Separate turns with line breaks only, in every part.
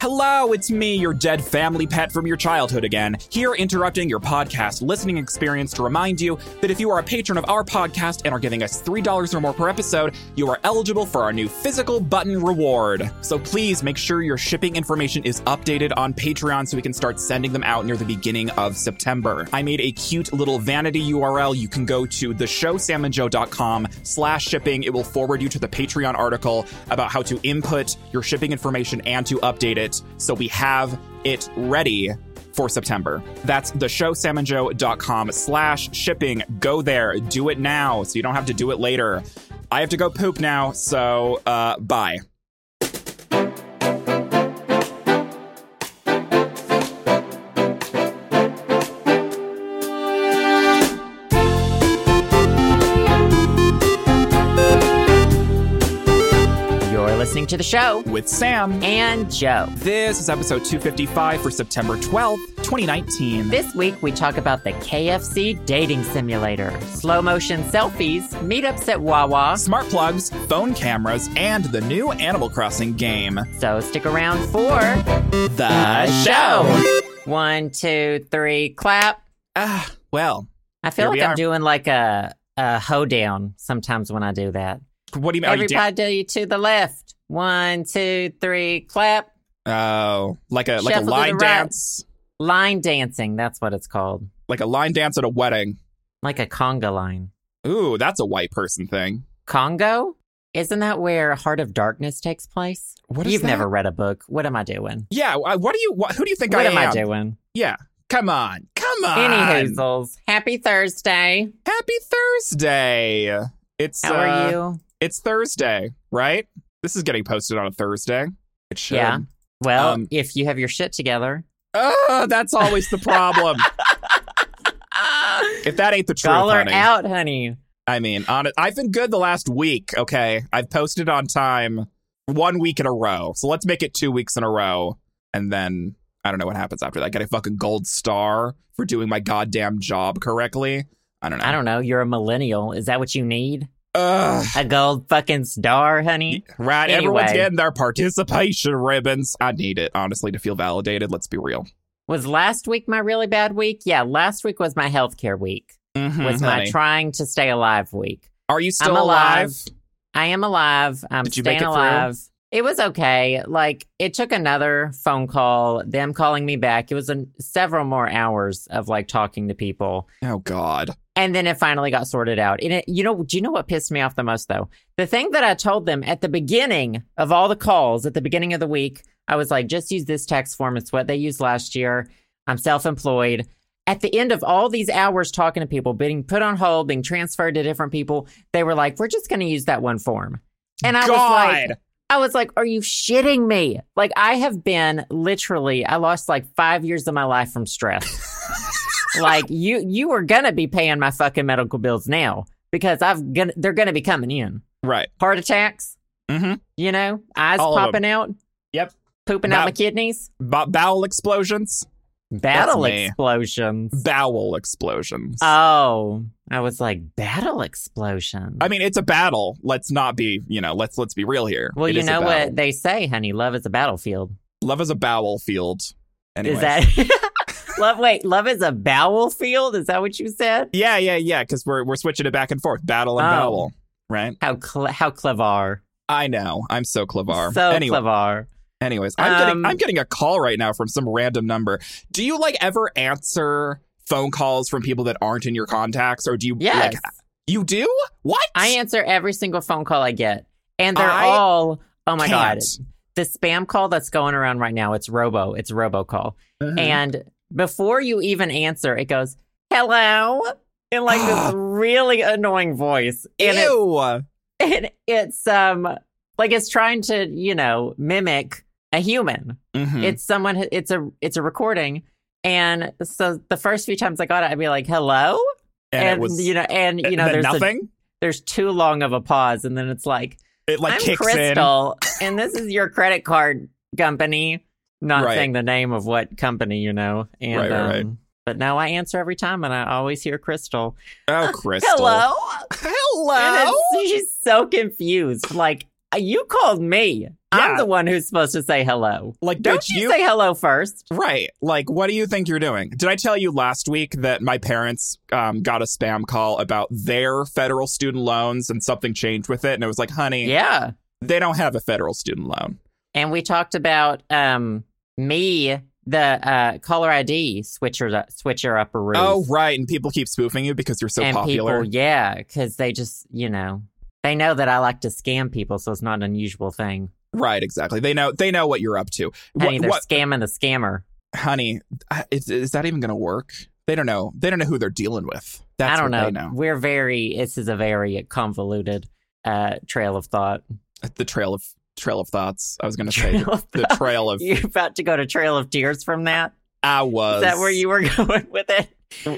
Hello, it's me, your dead family pet from your childhood again, here interrupting your podcast listening experience to remind you that if you are a patron of our podcast and are giving us $3 or more per episode, you are eligible for our new physical button reward. So please make sure your shipping information is updated on Patreon so we can start sending them out near the beginning of September. I made a cute little vanity URL. You can go to the show samandjoe.com slash shipping. It will forward you to the Patreon article about how to input your shipping information and to update it so we have it ready for September. That's the show samandjoe.com slash shipping. Go there, do it now so you don't have to do it later. I have to go poop now, so uh bye.
You're listening to the show.
With Sam.
And Joe.
This is episode 255 for September 12th, 2019.
This week, we talk about the KFC dating simulator, slow motion selfies, meetups at Wawa.
Smart plugs, phone cameras, and the new Animal Crossing game.
So stick around for
The
one, two, three, clap.
Ah, well,
I
Here
feel
we
like
are.
I'm doing like a, a hoedown sometimes when I do that.
what do you mean? Oh, you did-
Everybody to the left. One, two, three, clap.
Oh, like a like a
Shuffle to the
line
right.
dance,
Line dancing. That's what it's called.
like a line dance at a wedding.
Like a conga line.
Ooh, that's a white person thing.
Congo? Isn't that where Heart of Darkness takes place?
What is
You've
that?
never read a book. What am I doing?
Yeah, wh- what do you? What, who do you think
what
I
am
am?
I doing?
Yeah, come on, come on.
Any hoozles. Happy Thursday.
Happy Thursday. It's
How
uh,
are you?
It's Thursday, right? This is getting posted on a Thursday. It should.
Yeah. Well,
um,
if you have your shit together.
Oh, that's always the problem. if that ain't the Ah. truth,
Call her
honey.
out, honey.
I mean, on I've been good the last week. Okay, I've posted on time one week in a row. So let's make it two weeks in a row, and then I don't know what happens after that. Get a fucking gold star for doing my goddamn job correctly. I don't know.
I don't know. You're a millennial. Is that what you need?
Ugh.
A gold fucking star, honey?
Right, everyone's
Anyway.
getting their participation ribbons. I need it honestly to feel validated. Let's be real.
Was last week my really bad week? Yeah, last week was my healthcare week.
Mhm,
Was my
honey.
trying to stay alive week.
Are you still
I'm alive.
alive?
I am alive. I'm
Did you
staying
make it through?
alive. It was okay. Like it took another phone call, them calling me back. It was an, several more hours of like talking to people,
Oh God.
and then it finally got sorted out. And it, you know, do you know what pissed me off the most though? The thing that I told them at the beginning of all the calls, at the beginning of the week, I was like, just use this tax form. It's what they used last year. I'm self-employed. At the end of all these hours talking to people, being put on hold, being transferred to different people, they were like, "We're just going to use that one form." And I was like,
God.
I was like, are you shitting me? Like, I have been literally, I lost like five years of my life from stress. like, you you are gonna be paying my fucking medical bills now because I've gonna they're gonna be coming in.
right.
Heart attacks,
Mm-hmm.
you know, eyes
All of
popping out.
Yep.
Pooping out
That-
my kidneys.
Bo- bowel explosions.
Battle
me.
explosions.
Bowel explosions.
Oh. I was like, battle explosions.
I mean, it's a battle. Let's not be, you know, let's let's be real here.
well,
It
you
is a
know
battle.
what they say, honey, love is a battlefield.
Love is a bowel field. Anyway.
Is that love? Wait, love is a bowel field. Is that what you said?
Yeah, yeah, yeah. Because we're we're switching it back and forth, battle and
Oh.
bowel, right?
How cle how clever!
I know. I'm so clever.
So
anyway,
clever.
anyways, I'm getting
Um,
I'm getting a call right now from some random number. Do you like ever answer phone calls from people that aren't in your contacts, or do you?
Yes,
Like, you do? What?
I answer every single phone call I get, and they're
I
all. Oh my
Can't.
god! The spam call that's going around right now. It's robo. It's robocall.
Mhm.
And before you even answer, it goes hello in like this really annoying voice, and it
Ew.
and it's um like it's trying to you know mimic a human.
Mhm.
it's someone who- it's a it's a recording and so the first few times i got it i'd be like hello
and, it was
you know and you know
then
there's a-
nothing.
there's too long of a pause and then it's like,
it like
i'm
kicks in.
crystal and this is your credit card company not
Right.
saying the name of what company you know and
Right, right, right.
um, but now i answer every time and i always hear crystal,
Oh, crystal.
hello
Hello.
and it's- she's so confused like uh, you called me. I'm
Yeah.
the one who's supposed to say hello.
Like,
Don't
bitch,
you, say hello first?
Right. Like, what do you think you're doing? Did I tell you last week that my parents um, got a spam call about their federal student loans and something changed with it? And it was like, honey,
Yeah.
they don't have a federal student loan.
And we talked about um me the uh caller ID switcher uh, switcher upper room.
Oh, right. And people keep spoofing you because you're so
and
popular.
people, yeah, because they just you know they know that I like to scam people, so it's not an unusual thing.
Right. Exactly. They know. They know what you're up to.
I
What,
mean, they're
what,
scamming the scammer.
honey? I- Is, is that even going to work? They don't know. They don't know who they're dealing with. That's
I don't
what
know.
They know.
We're very. This is a very convoluted uh trail of thought.
The trail of trail of thoughts. I was going to say
Trail of
the
thought.
trail of
You're about to go to Trail of Tears from that.
I
Is
was.
that where you were going with it?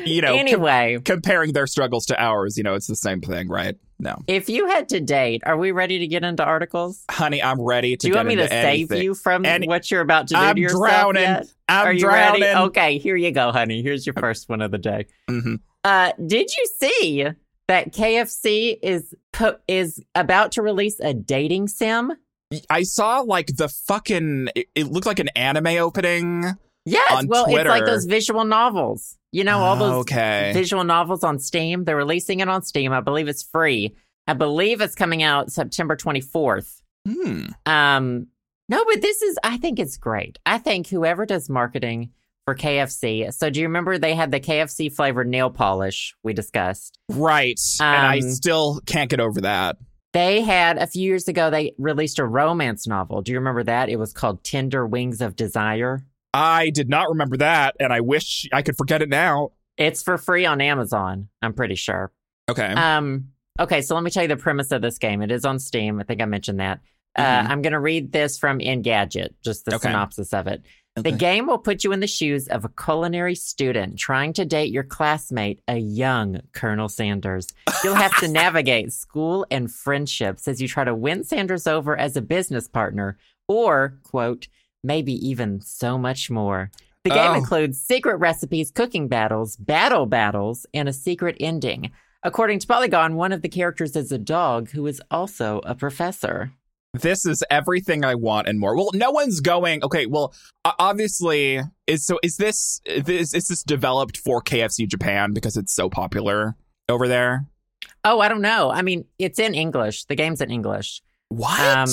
You know.
anyway,
comparing their struggles to ours, you know, it's the same thing, right? No.
if you had to date, are we ready to get into articles?
Honey, I'm ready to
Do you
get
want me to
into anything.
save you from
Any-
what you're about to do
I'm
to yourself?
drowning.
yet?
I'm
are you
drowning.
ready? Oh. Okay, here you go, honey. Here's your first one of the day.
Mhm.
Uh, did you see that KFC is po- is about to release a dating sim?
I saw like the fucking it, it looked like an anime opening.
Yes,
on
well, it's like
Twitter.
those visual novels. You know, all those
Okay.
visual novels on Steam. They're releasing it on Steam. I believe it's free. I believe it's coming out September 24th.
Hmm.
Um, no, but this is, I think it's great. I think whoever does marketing for KFC. So, do you remember they had the KFC flavored nail polish we discussed?
Right. and I
Um,
still can't get over that.
They had a few years ago, they released a romance novel. Do you remember that? It was called Tender Wings of Desire.
I did not remember that, and I wish I could forget it now.
It's for free on Amazon, I'm pretty sure.
Okay.
Um. Okay, so let me tell you the premise of this game. It is on Steam. I think I mentioned that.
Mhm.
Uh, I'm going to read this from Engadget, just the
Okay.
synopsis of it. The
Okay.
game will put you in the shoes of a culinary student trying to date your classmate, a young Colonel Sanders. You'll have to navigate school and friendships as you try to win Sanders over as a business partner, or, quote, maybe even so much more. The game
Oh.
includes secret recipes, cooking battles, battle battles, and a secret ending. According to Polygon, one of the characters is a dog who is also a professor.
this is everything I want and more. Well, no one's going. Okay, well, o- obviously, is so is this is, is this developed for KFC Japan because it's so popular over there?
Oh, I don't know. I mean, it's in English. The game's in English.
What?
Um,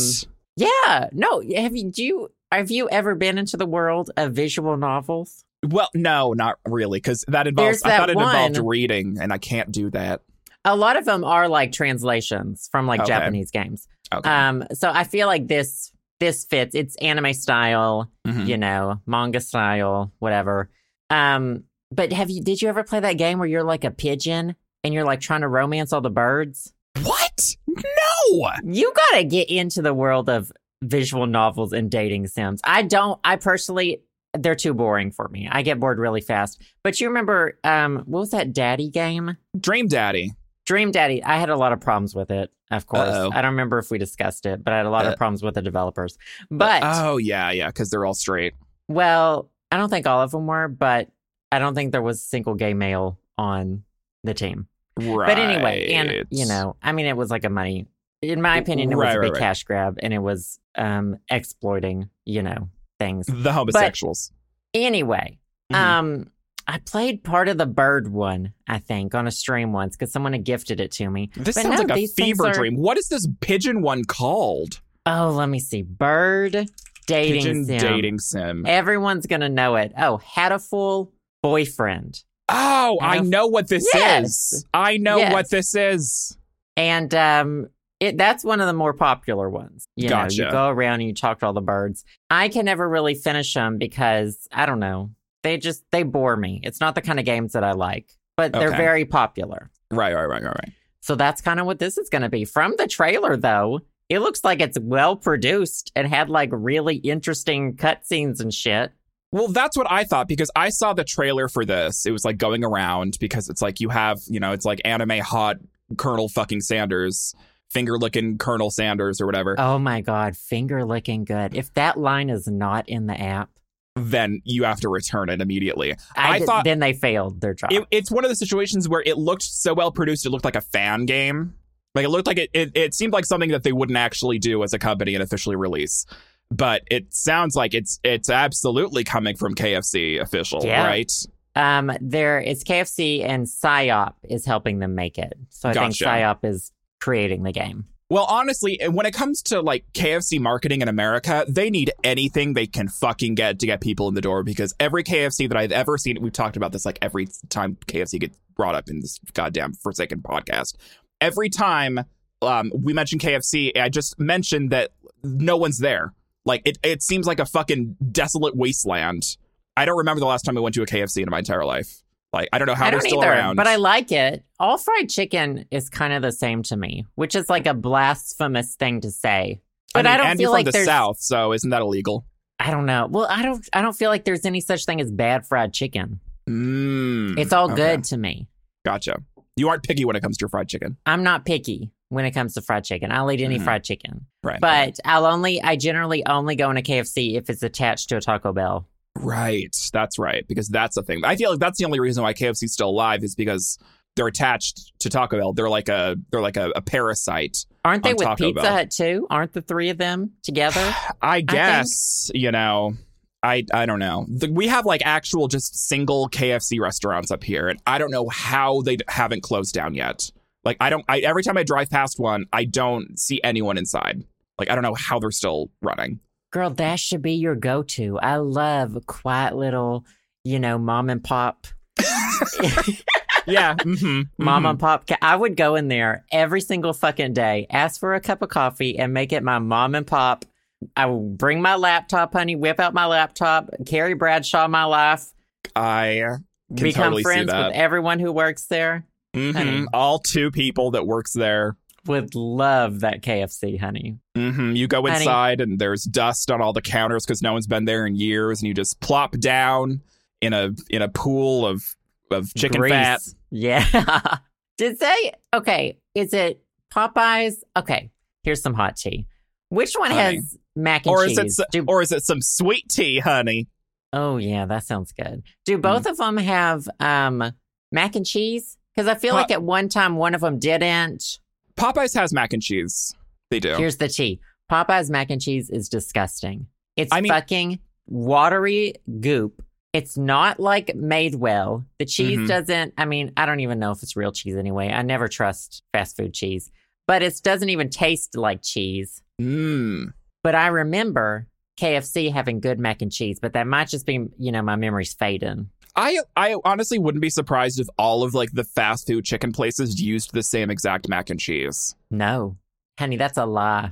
Yeah. No. Have you? Do you? Have you ever been into the world of visual novels?
well, no, not really, because that involves.
There's
I thought
that
it involved
one.
reading, and I can't do that.
A lot of them are like translations from like
Okay.
Japanese games.
Okay.
Um. So I feel like this this fits. It's anime style,
Mhm.
you know, manga style, whatever. Um. But have you? Did you ever play that game where you're like a pigeon and you're like trying to romance all the birds?
What? No.
You gotta get into the world of visual novels and dating sims. I don't. I personally, they're too boring for me. I get bored really fast. But you remember, um, what was that daddy game?
Dream Daddy.
Dream Daddy. I had a lot of problems with it. Of course,
Uh-oh.
I don't remember if we discussed it, but I had a lot
Uh.
of problems with the developers. But
oh yeah, yeah, because they're all straight.
well, I don't think all of them were, but I don't think there was a single gay male on the team.
Right.
But anyway, and you know, I mean, it was like a money. In my opinion, it was
Right,
a
right,
big
right.
cash grab, and it was um exploiting, you know, things.
the homosexuals.
Anyway,
Mhm.
um, I played part of the bird one, I think, on a stream once because someone had gifted it to me.
this
but
sounds
no,
like a
these things
fever
are-
dream. What is this pigeon one called?
Oh, let me see, bird dating
pigeon
sim.
dating sim.
Everyone's gonna know it. Oh, had a full boyfriend.
Oh, I
Have-
know what this
Yes.
is. I know
Yes.
what this is.
And um it that's one of the more popular ones. You know,
Gotcha.
you go around and you talk to all the birds. I can never really finish them because I don't know. They just they bore me. It's not the kind of games that I like, but they're
Okay.
very popular.
Right, right, right, right, right.
So that's kind of what this is going to be. From the trailer though, it looks like it's well produced and had like really interesting cutscenes and shit.
Well, that's what I thought because I saw the trailer for this. It was like going around because it's like you have, you know, it's like anime hot Colonel fucking Sanders, finger licking Colonel Sanders or whatever.
Oh my god, finger licking good. If that line is not in the app,
Then you have to return it immediately.
I,
I
did-
thought-
then they failed their job.
It, it's one of the situations where it looked so well produced, it looked like a fan game. Like it looked like it, it, it seemed like something that they wouldn't actually do as a company and officially release. But it sounds like it's it's absolutely coming from KFC official,
Yeah.
right?
Um, there is KFC and PSYOP is helping them make it. So I think
Gotcha.
PSYOP is creating the game.
Well, honestly, when it comes to like KFC marketing in America, they need anything they can fucking get to get people in the door because every KFC that I've ever seen, we've talked about this like every time KFC gets brought up in this goddamn forsaken podcast. Every time um, we mention KFC, I just mentioned that no one's there. Like it, it seems like a fucking desolate wasteland. I don't remember the last time I went to a KFC in my entire life. Like I don't know how
I
they're
don't
still
either,
around.
but I like it. All fried chicken is kind of the same to me, which is like a blasphemous thing to say. But I,
mean,
don't
and
feel
you're
like
from the
there's
South, so isn't that illegal?
I don't know. Well, I don't I don't feel like there's any such thing as bad fried chicken.
Mm,
It's all
okay.
good to me.
Gotcha. You aren't picky when it comes to your fried chicken.
I'm not picky when it comes to fried chicken. I'll eat any
Mhm.
fried chicken.
Right.
But I'll only I generally only go in a KFC if it's attached to a Taco Bell.
right. That's right. Because that's the thing. I feel like that's the only reason why KFC's still alive is because they're attached to Taco Bell. They're like a they're like a, a parasite.
Aren't they
On
with
Taco
Pizza
Bell.
Hut too? Aren't the three of them together?
I guess, you know, I I don't know. The, we have like actual just single KFC restaurants up here and I don't know how they d- haven't closed down yet. Like I don't I every time I drive past one, I don't see anyone inside. Like I don't know how they're still running.
Girl, that should be your go to. I love quiet little, you know, mom and pop,
Yeah. mhm,
mom
mhm.
and pop. ca- I would go in there every single fucking day, ask for a cup of coffee, and make it my mom and pop. I will bring my laptop, honey, whip out my laptop, Carrie Bradshaw my life,
I Can
become
totally see
friends
that.
with everyone who works there.
Mhm.
Honey.
All two people that works there.
Would love that KFC, honey.
hmm You go
Honey.
inside and there's dust on all the counters because no one's been there in years, and you just plop down in a in a pool of of chicken
Grease.
fat.
Yeah. Did they? Okay. Is it Popeyes? Okay. Here's some hot tea. Which one
Honey.
has mac and
Or is
cheese?
it s-
Do-
or is it some sweet tea, honey?
oh, yeah. That sounds good. Do
Hmm.
both of them have um, mac and cheese? Because I feel
Pop-
like at one time one of them didn't.
Popeyes has mac and cheese. They do.
Here's the tea Popeyes mac and cheese is disgusting. It's
I mean-
fucking watery goop. It's not like made well. The cheese
Mhm.
doesn't, I mean, I don't even know if it's real cheese anyway. I never trust fast food cheese, but it doesn't even taste like cheese.
Mm.
But I remember KFC having good mac and cheese, but that might just be, you know, my memory's fading.
I I honestly wouldn't be surprised if all of like the fast food chicken places used the same exact mac and cheese.
No. Honey, that's a lie.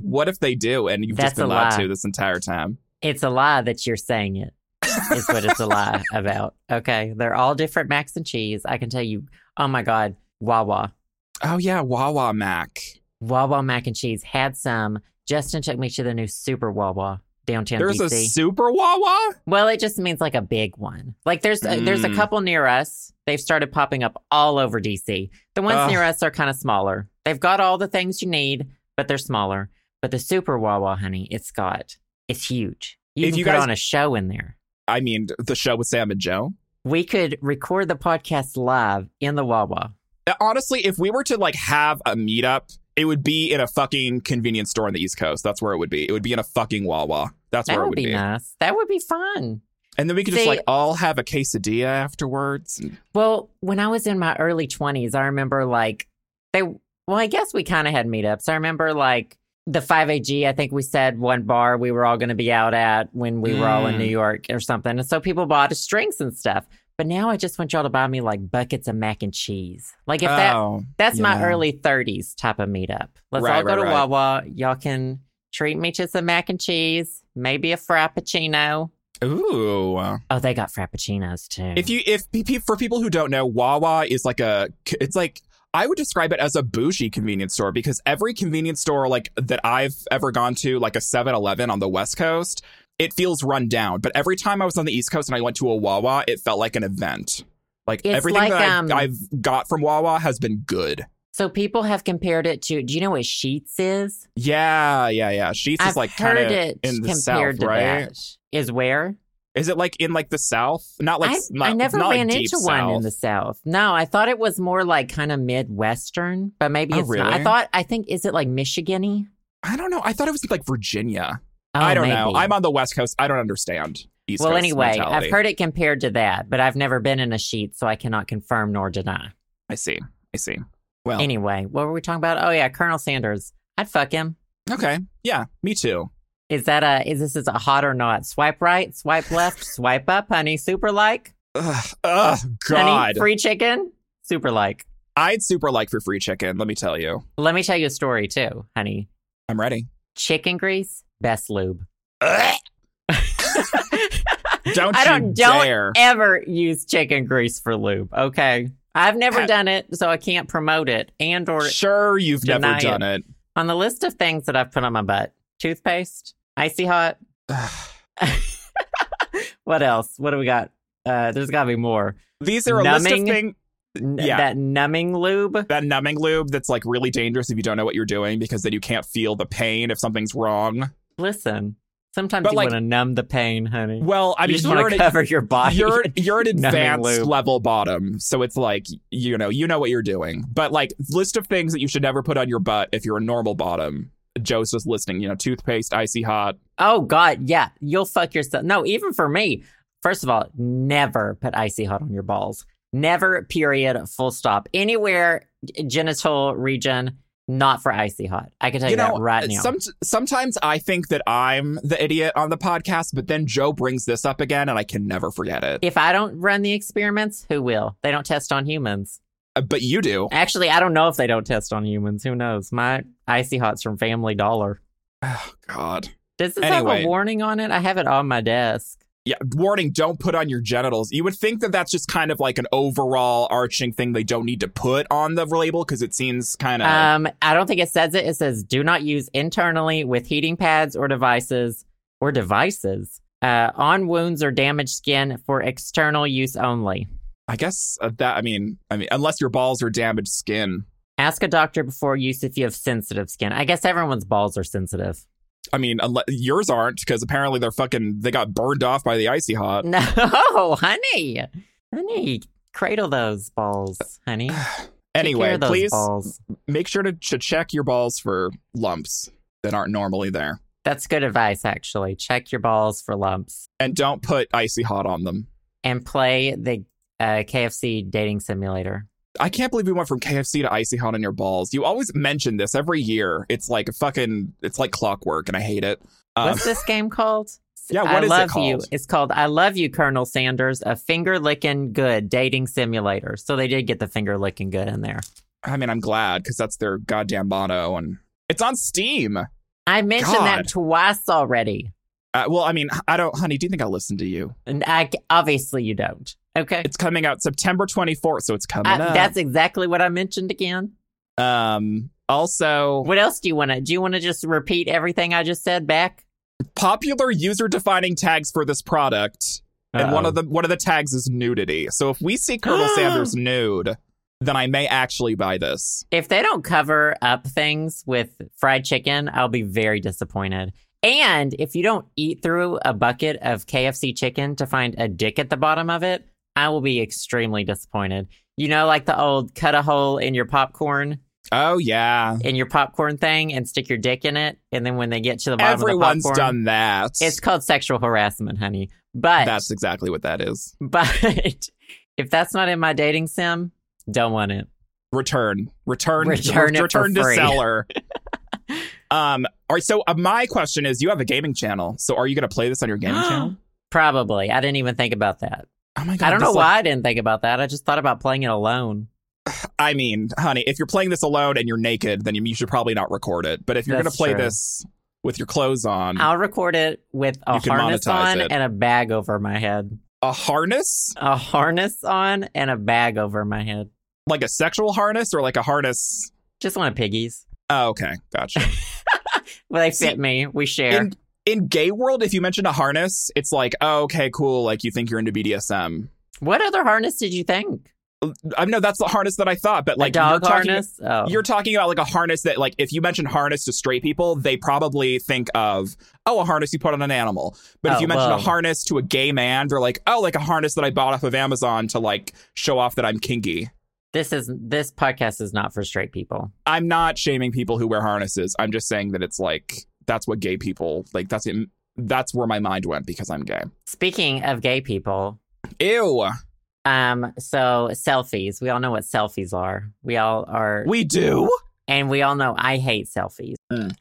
what if they do and you've just
That's a
been lied
lie.
to this entire time?
It's a lie that you're saying it. Is what it's a lie about. Okay, they're all different macs and cheese. I can tell you. Oh my god, Wawa,
Oh yeah, Wawa Mac.
Wawa mac and cheese had some. Justin took me to the new Super Wawa downtown
There's
DC.
a super Wawa?
well, it just means like a big one. Like there's a, there's a
Mm.
couple near us. They've started popping up all over DC. The ones
Ugh.
near us are kind of smaller. They've got all the things you need, but they're smaller. But the Super Wawa, honey, it's got it's huge. You
If
can
you
put
guys-
on a show in there.
I mean, the show with Sam and Joe.
We could record the podcast live in the Wawa.
Uh, Honestly, if we were to like have a meetup, it would be in a fucking convenience store on the East Coast. That's where it would be. It would be in a fucking Wawa. That's
That
where
would,
it would
be,
be.
nice. That would be fun.
And then we could
See-
just like all have a quesadilla afterwards.
Well, when I was in my early 20s, I remember like they, well, I guess we kind of had meetups. I remember like the 5AG, I think we said one bar we were all going to be out at when we were all in
Mm.
New York or something. And so people bought us drinks and stuff. But now I just want y'all to buy me like buckets of mac and cheese. Like if that
oh,
That's my
Yeah.
early 30s type of meetup. Let's
Right,
all go
right,
to
right.
Wawa. Y'all can treat me to some mac and cheese, maybe a frappuccino.
ooh.
Oh, they got frappuccinos too.
If you if pe- pe- for people who don't know, Wawa is like a it's like I would describe it as a bougie convenience store because every convenience store like that I've ever gone to, like a 7-Eleven on the West Coast, it feels run down. But every time I was on the East Coast and I went to a Wawa, it felt like an event. Like
It's
everything
like,
that I-
um,
I've got from Wawa has been good.
so people have compared it to, do you know what Sheets is?
Yeah, yeah, yeah. Sheets
I've
is like kind
heard
of
it
in the
compared
south,
to
right?
that. Is where?
Is it like in like the South? Not like
I,
s- not,
I never
not like,
ran
deep
into one in
South.
the South. No, I thought it was more like kind of Midwestern, but maybe
Oh,
it's not. I
really?
thought I think is it like Michigany?
I don't know. I thought it was like Virginia.
Oh,
I don't
maybe.
know. I'm on the West Coast. I don't understand. East
well,
Coast
anyway,
mentality.
I've heard it compared to that, but I've never been in a sheet, so I cannot confirm nor deny.
I see. I see. Well,
Anyway, what were we talking about? Oh yeah, Colonel Sanders. I'd fuck him.
okay. Yeah, me too.
Is that a is this is a hot or not? Swipe right, swipe left, swipe up, honey. Super like,
Ugh, ugh,
honey.
God.
Free chicken, super like.
I'd super like for free chicken. Let me tell you.
Let me tell you a story too, honey.
I'm ready.
Chicken grease, best lube.
Ugh, don't
I don't
you
don't
dare.
ever use chicken grease for lube. Okay, I've never
Ha-
done it, so I can't promote it. And or
Sure, you've never
Deny
done it.
on the list of things that I've put on my butt: toothpaste, icy hot.
Ugh.
What else? What do we got? Uh, there's got to be more.
These are a list of
Numbing.
things
N-
Yeah.
That numbing lube.
that numbing lube that's like really dangerous if you don't know what you're doing because then you can't feel the pain if something's wrong.
Listen, sometimes
But,
you
like-
want to numb the pain, honey.
Well, I
you
mean,
just
you're
want
an-
to cover your body.
you're you're an
Numbing
advanced
lube.
level bottom, so it's like you know you know what you're doing. But like list of things that you should never put on your butt if you're a normal bottom. Joe's just listing, you know, toothpaste, icy hot.
Oh God, yeah, you'll fuck yourself. No, even for me. First of all, never put icy hot on your balls. Never. Period. Full stop. Anywhere g- genital region, not for icy hot. I can tell you,
You know, uh,
that right now.
Some, sometimes I think that I'm the idiot on the podcast, but then Joe brings this up again, and I can never forget it.
if I don't run the experiments, who will? They don't test on humans.
Uh, But you do.
Actually, I don't know if they don't test on humans. Who knows? My icy hot's from Family Dollar.
Oh God.
Does this have
Anyway.
a warning on it? I have it on my desk.
Yeah, warning, don't put on your genitals. You would think that that's just kind of like an overall arching thing they don't need to put on the label because it seems kind of.
Um, I don't think it says it. It says do not use internally with heating pads or devices or devices uh, on wounds or damaged skin for external use only.
I guess uh, that, I mean, I mean, unless your balls are damaged skin.
Ask a doctor before use if you have sensitive skin. I guess everyone's balls are sensitive.
I mean, unless, yours aren't because apparently they're fucking, they got burned off by the icy hot.
No, honey, honey, cradle those balls, honey. Take care
Anyway,
of those
please
balls.
make sure to, to check your balls for lumps that aren't normally there.
That's good advice, actually. Check your balls for lumps
And don't put icy hot on them.
and play the uh, KFC dating simulator.
I can't believe we went from KFC to icy hot on your balls. You always mention this every year. It's like a fucking, it's like clockwork, and I hate it. Um,
What's this game called?
Yeah,
I
what is it
love you.
called?
It's called I Love You, Colonel Sanders, a finger licking good dating simulator. So they did get the finger licking good in there.
I mean, I'm glad because that's their goddamn motto, and it's on Steam. Uh,
I mentioned
God.
that twice already.
Uh, well, I mean, I don't, honey. Do you think I listen to you?
And I, obviously you don't. Okay.
It's coming out September 24th, so it's coming
I-
up.
Uh, that's exactly what I mentioned again.
um. Also,
What else do you want to? Do you want to just repeat everything I just said back?
popular user-defining tags for this product, and one of the one of the tags is nudity. So if we see Colonel Sanders nude, then I may actually buy this.
If they don't cover up things with fried chicken, I'll be very disappointed. And if you don't eat through a bucket of KFC chicken to find a dick at the bottom of it, I will be extremely disappointed. You know, like the old cut a hole in your popcorn,
Oh yeah,
in your popcorn thing, and stick your dick in it. And then when they get to the bottom
everyone's
of the popcorn,
done that.
it's called sexual harassment, honey. But
that's exactly what that is.
but if that's not in my dating sim, don't want it.
return return
Return it for
return to
free.
seller um all right so uh, my question is you have a gaming channel so are you going to play this on your gaming channel
Probably. I didn't even think about that.
oh my god
I don't
this,
know
like-
why I didn't think about that. I just thought about playing it alone.
i mean honey if you're playing this alone and you're naked then you, you should probably not record it but if you're going
That's
to play
true.
this with your clothes on
I'll record it with a
Mm. You can
harness
monetize
on
it.
and a bag over my head.
a harness
A harness on and a bag over my head.
like a sexual harness or like a harness
Just one of piggies.
oh okay gotcha
Well, they
See,
fit me. We share.
in, in gay world if you mention a harness it's like oh, okay cool like you think you're into bdsm
what other harness did you think?
I know that's the harness that I thought, but like
a dog
you're talking,
harness. oh.
You're talking about like a harness that, like, if you mention harness to straight people, they probably think of oh, a harness you put on an animal. But
Oh,
if you mention
well.
a harness to a gay man, they're like oh, like a harness that I bought off of Amazon to like show off that I'm kinky.
this is this podcast is not for straight people.
I'm not shaming people who wear harnesses. I'm just saying that it's like that's what gay people like. That's it. That's where my mind went because I'm gay.
Speaking of gay people,
Ew,
um, so selfies. We all know what selfies are. We all are,
we do.
and we all know I hate selfies.
Well,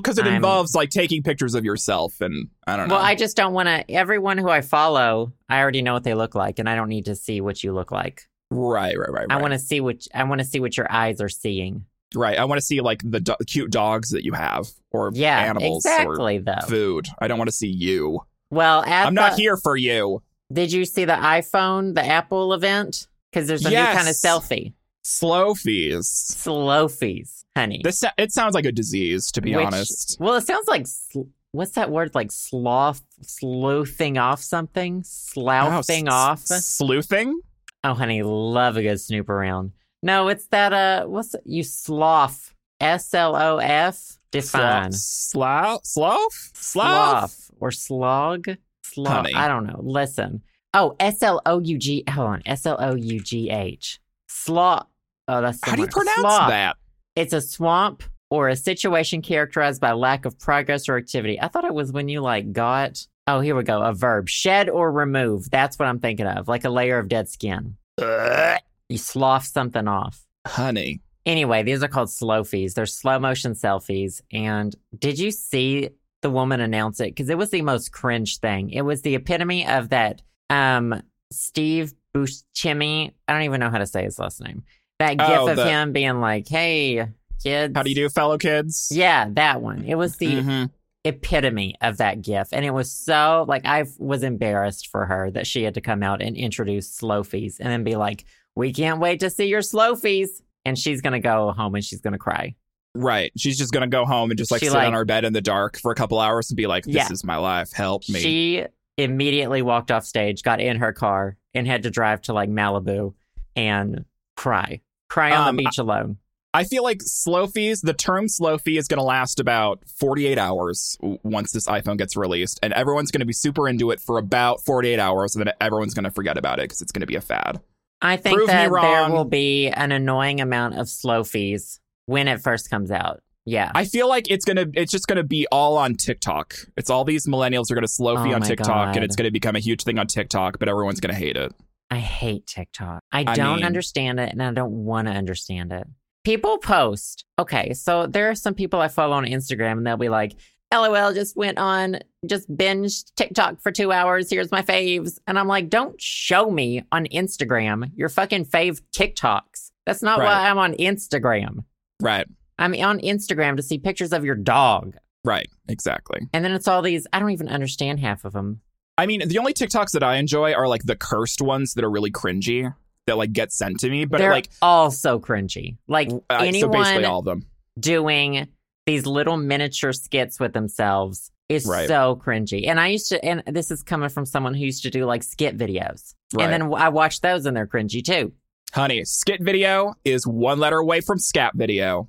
because it
I'm-
involves like taking pictures of yourself, and I don't know.
Well, I just don't want to. Everyone who I follow, I already know what they look like, and I don't need to see what you look like.
right, right, right.
I want to see what I want to see what your eyes are seeing.
to. Right, I want to see like the do- cute dogs that you have, or
Yeah,
animals,
exactly. Though,
or food. I don't want to see you.
well, at
I'm
the,
not here for you.
Did you see the iPhone, the Apple event? Because there's a new kind of
Yes.
selfie,
Slow fees.
slowfies, honey.
This sa- it sounds like a disease, to be
Which-
honest.
Well, it sounds like sl- what's that word? Like sloth, sleuthing off something, sloughing
Wow,
off.
Oh, s- s- sleuthing.
Oh, honey, love a good snoop around. No, it's that. Uh, what's you sloth? S L O F. Define
Slough, slough, slough.
sloth or slog. Slog.
Honey.
I don't know. Listen. Oh, S L O U G. Hold on. S L O U G H. Sloth. Oh, that's the
How do you
word.
pronounce
Sloth.
that?
It's a swamp or a situation characterized by lack of progress or activity. I thought it was when you like got. Oh, here we go. A verb. Shed or remove. That's what I'm thinking of. Like a layer of dead skin.
Ugh.
You slough something off.
Honey,
Anyway, these are called slowfies. They're slow motion selfies. And did you see the woman announce it? Because it was the most cringe thing. It was the epitome of that um Steve Buscemi. I don't even know how to say his last name. That gif
Oh,
of
the-
him being like, "Hey, kids,
how do you do, fellow kids?
yeah, that one. It was the
Mhm.
epitome of that gif. And it was so like I was embarrassed for her that she had to come out and introduce Slofies and then be like, We can't wait to see your Slofies. And she's gonna go home and she's gonna cry.
Right. She's just gonna go home and just like
She,
sit
like-
on her bed in the dark for a couple hours and be like, "This
Yeah.
is my life. Help me."
She immediately walked off stage, got in her car, and had to drive to like Malibu and cry. Cry on
Um,
the beach alone.
I feel like slow fees. The term slow fee is gonna last about 48 hours w- once this iPhone gets released, and everyone's gonna be super into it for about 48 hours, and then everyone's gonna forget about it because it's gonna be a fad.
I think
Prove me
that there
wrong.
will be an annoying amount of Slofies when it first comes out. Yeah.
I feel like it's gonna it's just gonna be all on TikTok. It's all these millennials are gonna slow
Oh
fee on
my
TikTok
God.
and it's gonna become a huge thing on TikTok, but everyone's gonna hate it.
I hate TikTok. I,
I
don't
mean-
understand it and I don't want to understand it. People post. Okay, so there are some people I follow on Instagram and they'll be like, LOL, just went on, just binged TikTok for two hours. Here's my faves. And I'm like, don't show me on Instagram your fucking fave TikToks. That's not why
Right.
I'm on Instagram.
Right.
I'm on Instagram to see pictures of your dog.
Right. Exactly.
And then it's all these, I don't even understand half of them.
I mean, the only TikToks that I enjoy are like the cursed ones that are really cringy that like get sent to me, but
They're
like
all so cringy. Like
uh, so
anyone
basically all of them.
doing these little miniature skits with themselves is
Right.
so cringy. And I used to, and this is coming from someone who used to do like skit videos.
Right.
And then I watched those and they're cringy too.
Honey, skit video is one letter away from scat video.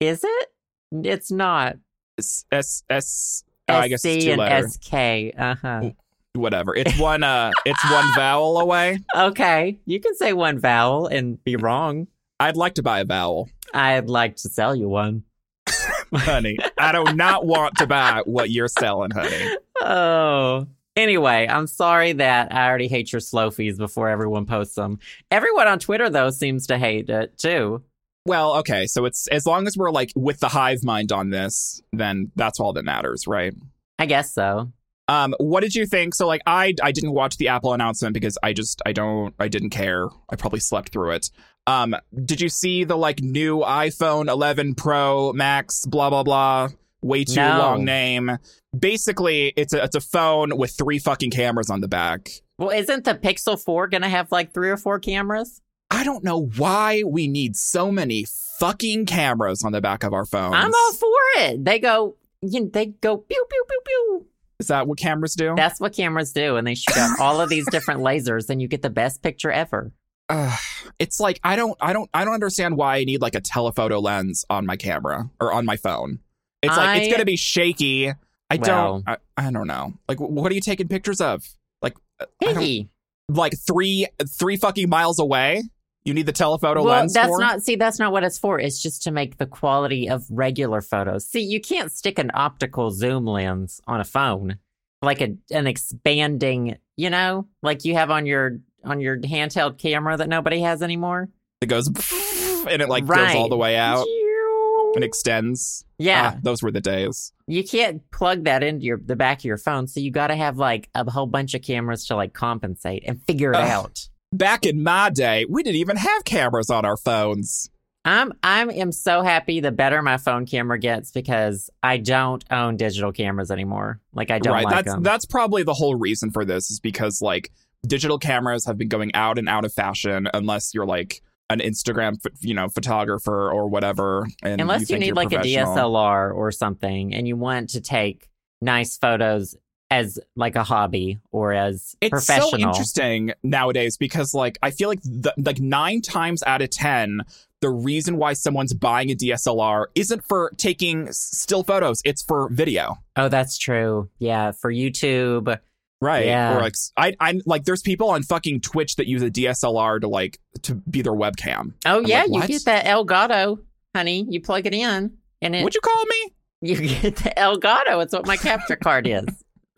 Is it? It's not.
S S S oh, I guess it's
SC
two
and
letter.
SK. Uh huh.
Whatever. It's one uh it's one vowel away.
Okay. You can say one vowel and be wrong.
I'd like to buy a vowel.
I'd like to sell you one.
Honey, I do not want to buy what you're selling, honey.
Oh. Anyway, I'm sorry that I already hate your slow fees before everyone posts them. Everyone on Twitter, though, seems to hate it too.
Well, okay, so it's as long as we're like with the hive mind on this, then that's all that matters, right?
I guess so.
Um, what did you think? So, like, I I didn't watch the Apple announcement because I just I don't I didn't care. I probably slept through it. Um, did you see the like new iPhone 11 Pro Max? Blah blah blah. Way too
No.
long name. Basically, it's a it's a phone with three fucking cameras on the back.
Well, isn't the Pixel 4 going to have like three or four cameras?
I don't know why we need so many fucking cameras on the back of our phones.
I'm all for it. They go, you know, they go pew, pew, pew, pew.
Is that what cameras do?
That's what cameras do. And they shoot out all of these different lasers and you get the best picture ever.
uh, it's like I don't I don't I don't understand why I need like a telephoto lens on my camera or on my phone. It's like it's
I-
gonna be shaky. I
Well.
don't I, I don't know. Like wh- what are you taking pictures of? Like uh, I don't-
Hey.
like three three fucking miles away. You need the telephoto
Well,
lens.
that's
for?
not see, that's not what it's for. It's just to make the quality of regular photos. See, you can't stick an optical zoom lens on a phone. Like a an expanding, you know, like you have on your on your handheld camera that nobody has anymore.
it goes and it like goes
Right.
all the way out and extends.
Yeah.
Ah, those were the days.
You can't plug that into your the back of your phone, so you got to have like a whole bunch of cameras to like compensate and figure it
Ugh.
out.
Back in my day, we didn't even have cameras on our phones.
I'm I'm am so happy the better my phone camera gets because I don't own digital cameras anymore. Like I don't
right.
like
that's
them.
that's probably the whole reason for this is because like digital cameras have been going out and out of fashion unless you're like an Instagram, ph- you know, photographer or whatever. And
Unless you,
think
need
you're
like a
professional.
DSLR or something and you want to take nice photos as like a hobby or as
It's so
professional.
interesting nowadays because like I feel like the, like 9 times out of 10 the reason why someone's buying a DSLR isn't for taking s- still photos, it's for video.
oh, that's true. Yeah, for YouTube.
Right.
Yeah.
Or like s- I I like there's people on fucking Twitch that use a DSLR to like to be their webcam.
Oh yeah,
like,
you
what?
get that Elgato, honey. You plug it in and it
Would you call me?
you get the Elgato. It's what my capture card is.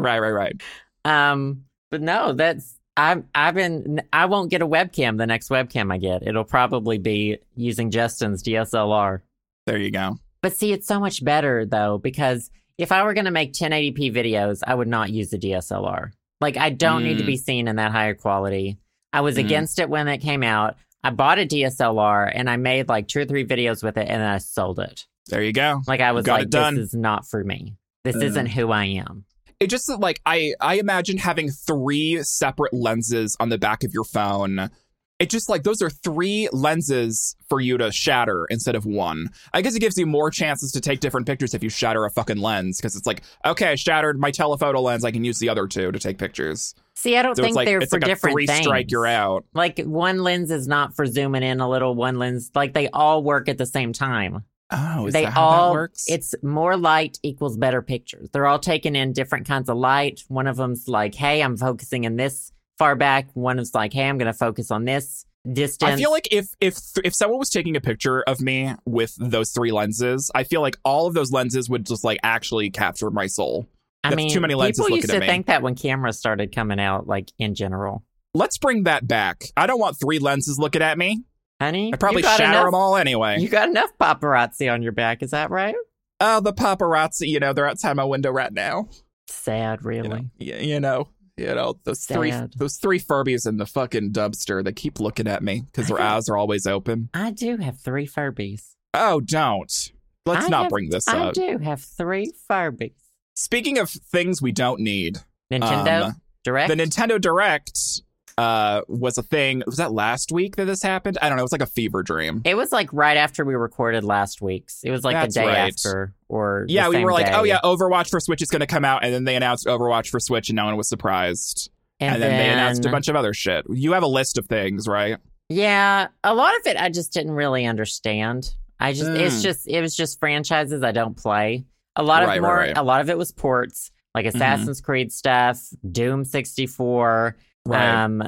Right, right, right.
Um, but no, that's I've I've been I won't get a webcam. The next webcam I get, it'll probably be using Justin's DSLR.
There you go.
But see, it's so much better though because if I were going to make 1080p videos, I would not use a DSLR. Like I don't need to
Mm.
be seen in that higher quality. I was
Mm.
against it when it came out. I bought a DSLR and I made like two or three videos with it, and then I sold it.
There you go.
Like I was
Got
like,
it done.
this is not for me. This
Mm.
isn't who I am.
It just like I I imagine having three separate lenses on the back of your phone. It just like those are three lenses for you to shatter instead of one. I guess it gives you more chances to take different pictures if you shatter a fucking lens because it's like okay, I shattered my telephoto lens. I can use the other two to take pictures.
See, I don't
So
think
it's like
they're
it's
for
like a
different
three
things.
strike, you're out.
Like one lens is not for zooming in a little. One lens, like they all work at the same time.
Oh, is
they
that
all
how that works?
It's more light equals better pictures. They're all taking in different kinds of light. One of them's like, "Hey, I'm focusing in this far back." One is like, "Hey, I'm going to focus on this distance."
I feel like if if if someone was taking a picture of me with those three lenses, I feel like all of those lenses would just like actually capture my soul.
I
that's
mean,
too many lenses
people
looking
used
at
to
me.
think that when cameras started coming out, like in general,
Let's bring that back. I don't want three lenses looking at me.
honey,
I probably
you got
shatter
enough,
them all anyway.
You got enough paparazzi on your back, is that right?
oh, the paparazzi, you know, they're outside my window right now.
Sad, really.
You know, y- you know, you know those three
Sad.
those three Furbies in the fucking dumpster. They keep looking at me because their
I don't-
eyes are always open.
I do have three Furbies.
Oh, don't. Let's
I
not
have-
bring this
I
up.
do have three Furbies.
Speaking of things we don't need,
Nintendo
um,
Direct.
the Nintendo Direct uh, was a thing. Was that last week that this happened? I don't know. It was like a fever dream.
It was like right after we recorded last week's. It was like
That's
the day
right.
after, or the
yeah, we
same
were like,
day.
oh yeah, Overwatch for Switch is going to come out, and then they announced Overwatch for Switch, and no one was surprised.
and,
And, then, they announced a
then-
bunch of other shit. You have a list of things, right?
Yeah, a lot of it I just didn't really understand. I just, it's
Mm.
just, it was just franchises I don't play. A lot of
Right, right,
more,
right. Mm-hmm.
a lot of it was ports, like Assassin's Creed stuff, Doom sixty four. Um,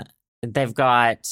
they've got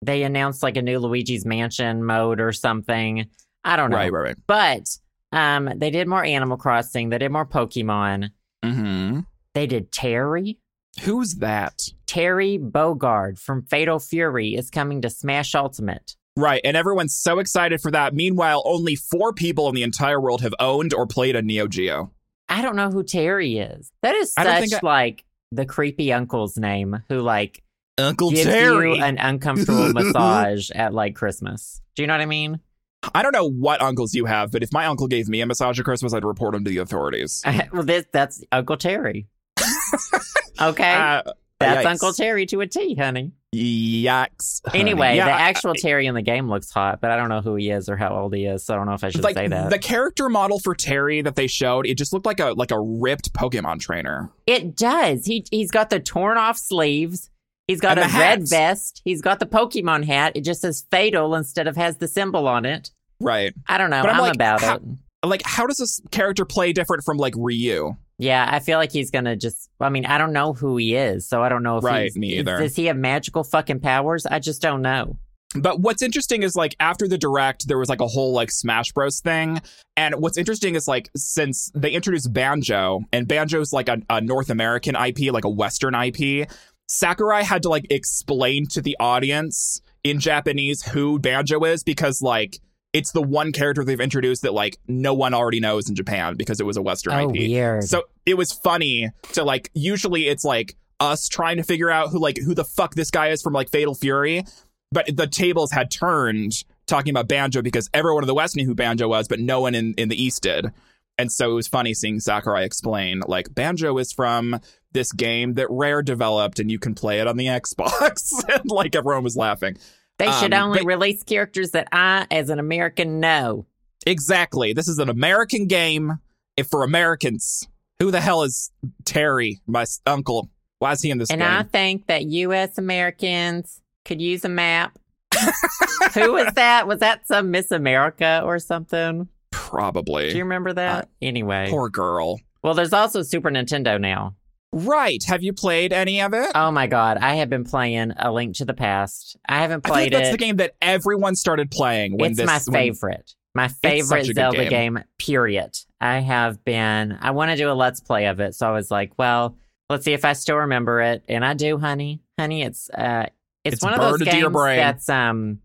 they announced like a new Luigi's Mansion mode or something. I don't know,
right, right, right.
but um, they did more Animal Crossing. They did more Pokemon.
hmm
They did Terry.
Who's that?
Terry Bogard from Fatal Fury is coming to Smash Ultimate.
Right, and everyone's so excited for that. Meanwhile, only four people in the entire world have owned or played a Neo Geo.
I don't know who Terry is. That is
I don't
such
think
like the creepy uncle's name who like
Uncle
gives
Terry.
you an uncomfortable massage at like Christmas. Do you know what I mean?
I don't know what uncles you have, but if my uncle gave me a massage at Christmas, I'd report him to the authorities.
well, this that's Uncle Terry. okay,
Uh,
that's
yikes.
Uncle Terry to a T, honey.
Yikes. honey.
Anyway,
Yeah,
the
I-
actual Terry in the game looks hot, but I don't know who he is or how old he is, so I don't know if I should
like
say that.
the character model for Terry that they showed, it just looked like a like a ripped Pokemon trainer.
It does. He he's got the torn off sleeves. He's got
And
a
the
red
hats.
vest. He's got the Pokemon hat. It just says Fatal instead of has the symbol on it.
Right.
I don't know.
But I'm
I'm,
like,
about
how-
it.
Like, how does this character play different from like Ryu?
Yeah, I feel like he's gonna just. I mean, I don't know who he is, so I don't know if
Right,
he's,
me
is-
either.
Does he have magical fucking powers? I just don't know.
But what's interesting is like after the direct, there was like a whole like Smash Bros thing. And what's interesting is like since they introduced Banjo, and Banjo's like a, a North American IP, like a Western IP, Sakurai had to like explain to the audience in Japanese who Banjo is because like it's the one character they've introduced that like no one already knows in Japan because it was a Western
Oh,
IP.
weird.
So it was funny to like usually it's like us trying to figure out who like who the fuck this guy is from like Fatal Fury, but the tables had turned talking about Banjo because everyone in the West knew who Banjo was, but no one in, in the East did. And so it was funny seeing Sakurai explain like Banjo is from this game that Rare developed and you can play it on the Xbox. and like everyone was laughing.
they should
um,
only
but-
release characters that I, as an American, know.
Exactly. This is an American game if for Americans. Who the hell is Terry, my s- uncle? Why is he in this
And
game?
I think that U.S. Americans could use a map. Who was that? Was that some Miss America or something? Do you
Probably.
remember that? anyway,
Eh, Poor girl.
well, there's also Super Nintendo now.
Right. Have you played any of it?
Oh my God, I have been playing A Link to the Past. I haven't
I feel like
played
that's
it.
the game that everyone started playing when
it's
this
my
when-
favorite. my
such
favorite
a good
Zelda
game.
game. period. I have been, I want to do a Let's Play of it. So I was like, well, let's see if I still remember it. And I do, honey. Honey, it's, uh, it's,
It's
one of those
burned into your
games
brain.
that's um,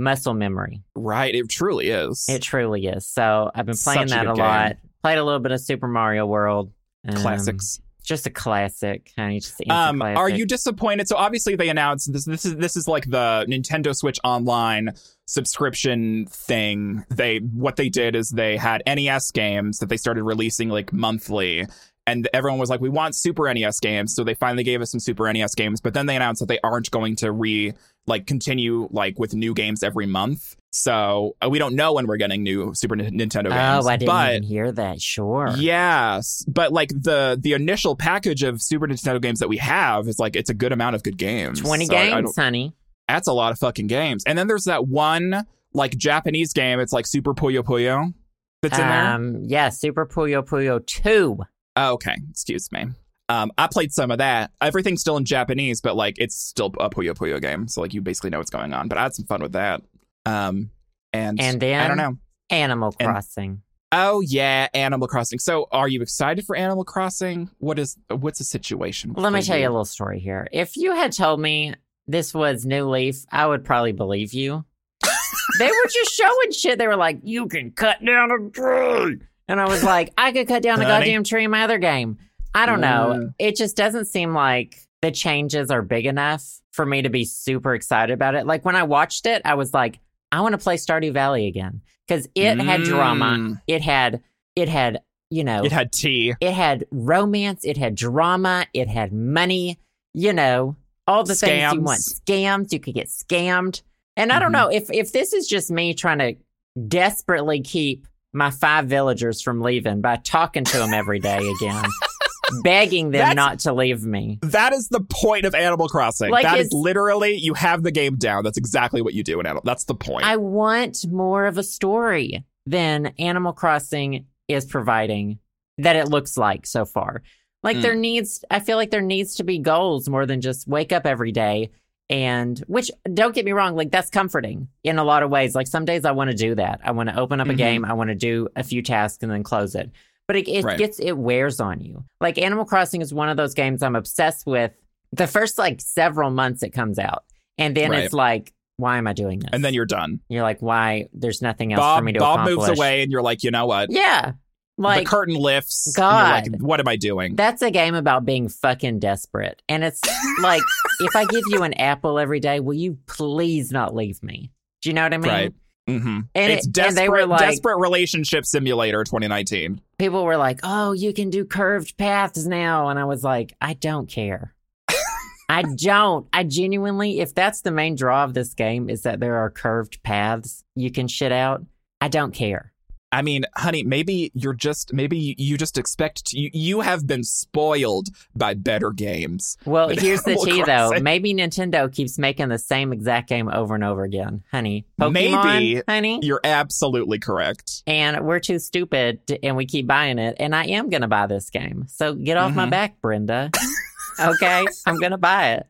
muscle memory.
Right. It truly is.
It truly is. So I've been playing
Such a
that a,
good
lot. Played a little bit of Super Mario World. Um,
Classics.
Just a classic, honey. Just an
Um,
um,
are you disappointed? So obviously they announced this. This is this is like the Nintendo Switch Online subscription thing. They what they did is they had NES games that they started releasing like monthly, and everyone was like, "We want Super NES games." So they finally gave us some Super NES games, but then they announced that they aren't going to re like continue like with new games every month. So uh, we don't know when we're getting new Super Nin- Nintendo games.
Oh, I didn't
but
even hear that. Sure.
Yes, but like the the initial package of Super Nintendo games that we have is like it's a good amount of good games.
20
So I- I don't-
games, honey.
that's a lot of fucking games. And then there's that one like Japanese game. It's like Super Puyo Puyo that's in there.
Um, yeah, Super Puyo Puyo 2.
Oh, okay, excuse me. Um, I played some of that. Everything's still in Japanese, but like it's still a Puyo Puyo game. So like you basically know what's going on. But I had some fun with that. Um, and,
And then
I don't know.
Animal
And-
Crossing.
Oh yeah, Animal Crossing. So are you excited for Animal Crossing? What is what's the situation?
Let me
for
tell you a little story here. If you had told me this was New Leaf, I would probably believe you. they were just showing shit. They were like, you can cut down a tree. And I was like, I could cut down a
Honey?
goddamn tree in my other game. I don't know.
Mm.
It just doesn't seem like the changes are big enough for me to be super excited about it. Like when I watched it, I was like, I want to play Stardew Valley again because it had drama.
Mm.
It had, it had, you know,
It had tea.
It had romance, it had drama, it had money, you know, all the things you
Scams.
want. Scammed, you could get scammed. And I don't
Mhm.
know if if this is just me trying to desperately keep my five villagers from leaving by talking to them every day again, begging them
That's-
not to leave me.
That is the point of Animal Crossing.
Like,
that is
it's-
literally you have the game down. That's exactly what you do in Animal. That's the point.
I want more of a story than Animal Crossing is providing that it looks like so far. Like
Mm.
there needs I feel like there needs to be goals more than just wake up every day and which don't get me wrong like that's comforting in a lot of ways. Like some days I want to do that. I want to open up a
Mhm.
game, I want to do a few tasks and then close it. But it, it
Right.
gets it wears on you. Like Animal Crossing is one of those games I'm obsessed with the first like several months it comes out. And then
Right.
it's like why am I doing this?
and then you're done.
You're like, why? There's nothing else for
Bob
me to
Bob
accomplish.
moves away, and you're like, you know what?
Yeah,
the
like
curtain lifts. and
God.
you're like, what am I doing?
that's a game about being fucking desperate. And it's like, if I give you an apple every day, will you please not leave me? Do you know what I mean?
Right. hmm
And
it's
it-
desperate.
And they were like,
desperate relationship simulator 2019.
people were like, "Oh, you can do curved paths now," and I was like, "I don't care." I don't. I genuinely, if that's the main draw of this game, is that there are curved paths you can shit out. I don't care.
I mean, honey, maybe you're just maybe you just expect to, you, you have been spoiled by better games.
Well,
But
here's the
Animal
tea, though.
Crossing-
Maybe Nintendo keeps making the same exact game over and over again, honey.
Maybe.
Pokemon, honey.
You're absolutely correct.
And we're too stupid, to, and we keep buying it. And I am gonna buy this game. So get off my
Mhm.
back, Brenda. okay, I'm gonna buy it.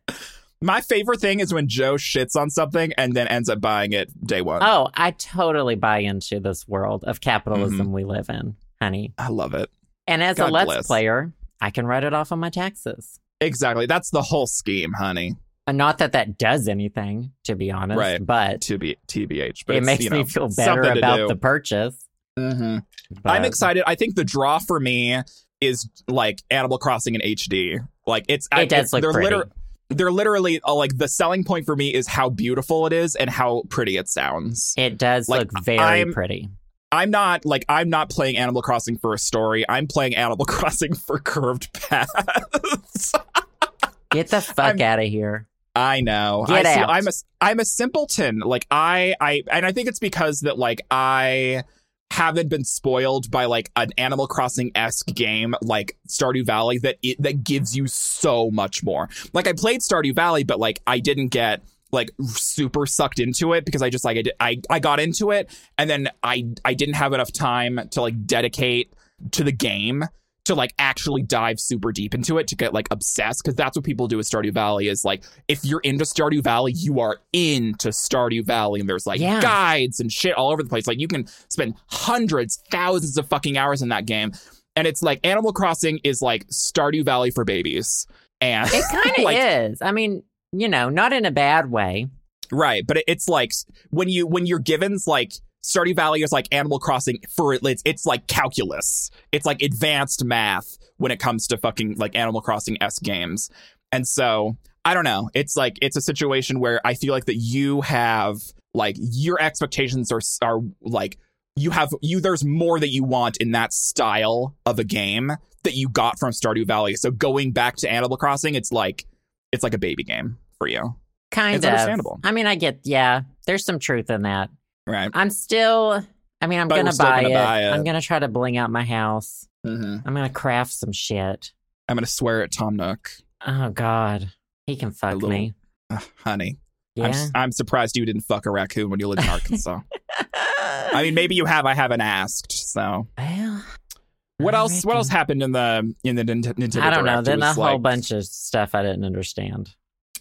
My favorite thing is when Joe shits on something and then ends up buying it day one.
Oh, I totally buy into this world of capitalism we live in, honey.
I love it.
And as a
Mm-hmm. God
Let's
bless.
Player, I can write it off on my taxes.
Exactly. That's the whole scheme, honey.
And not that that does anything, to be honest,
Right.
but,
To be TBH, but
it
it's,
makes
you
me
know,
feel better
something to
about
do.
the purchase.
Mhm. I'm
but-
excited. I think the draw for me is like Animal Crossing in HD. Like it's I,
It does
it's-
look
they're
pretty.
they're literally uh, like the selling point for me is how beautiful it is and how pretty it sounds.
It does
Like,
look very
I'm-
pretty.
I'm not like I'm not playing Animal Crossing for a story. I'm playing Animal Crossing for curved paths.
Get the fuck
I'm-
out of here.
I know.
Get
I
out.
I'm a I'm a simpleton. Like I I and I think it's because that like I haven't been spoiled by like an Animal Crossing esque game like Stardew Valley that it, that gives you so much more. Like I played Stardew Valley, but like I didn't get like super sucked into it because I just like I, did, I I got into it and then I I didn't have enough time to like dedicate to the game to like actually dive super deep into it to get like obsessed because that's what people do with Stardew Valley is like if you're into Stardew Valley you are into Stardew Valley and there's like
Yeah.
guides and shit all over the place like you can spend hundreds thousands of fucking hours in that game and it's like Animal Crossing is like Stardew Valley for babies and
It kind of
Like-
is. I mean, you know, not in a bad way.
Right, but it- it's like s- when you when you're givens like Stardew Valley is like Animal Crossing for it's it's like calculus. It's like advanced math when it comes to fucking like Animal Crossing s games. And so I don't know. It's like it's a situation where I feel like that you have like your expectations are s- are like you have you there's more that you want in that style of a game that you got from Stardew Valley. So going back to Animal Crossing, it's like it's like a baby game for you,
Kind
It's
of.
understandable.
I mean, I get, yeah, there's some truth in that.
right?
I'm still, I mean, I'm
But
going
we're
to
still
buy,
gonna
it.
buy it.
I'm going to try to bling out my house.
Mm-hmm.
I'm going to craft some shit.
I'm gonna swear at Tom Nook,
Oh, God. He can fuck
little-
me.
Ugh, honey. I'm,
Yeah.
s- I'm surprised you didn't fuck a raccoon when you lived in Arkansas. I mean, maybe you have. I haven't asked. So
well,
what
I
else? What
reckon.
else happened in the in the Nin- Nintendo?
I don't know.
Direct? It
Then a
was
whole
like
bunch of stuff I didn't understand.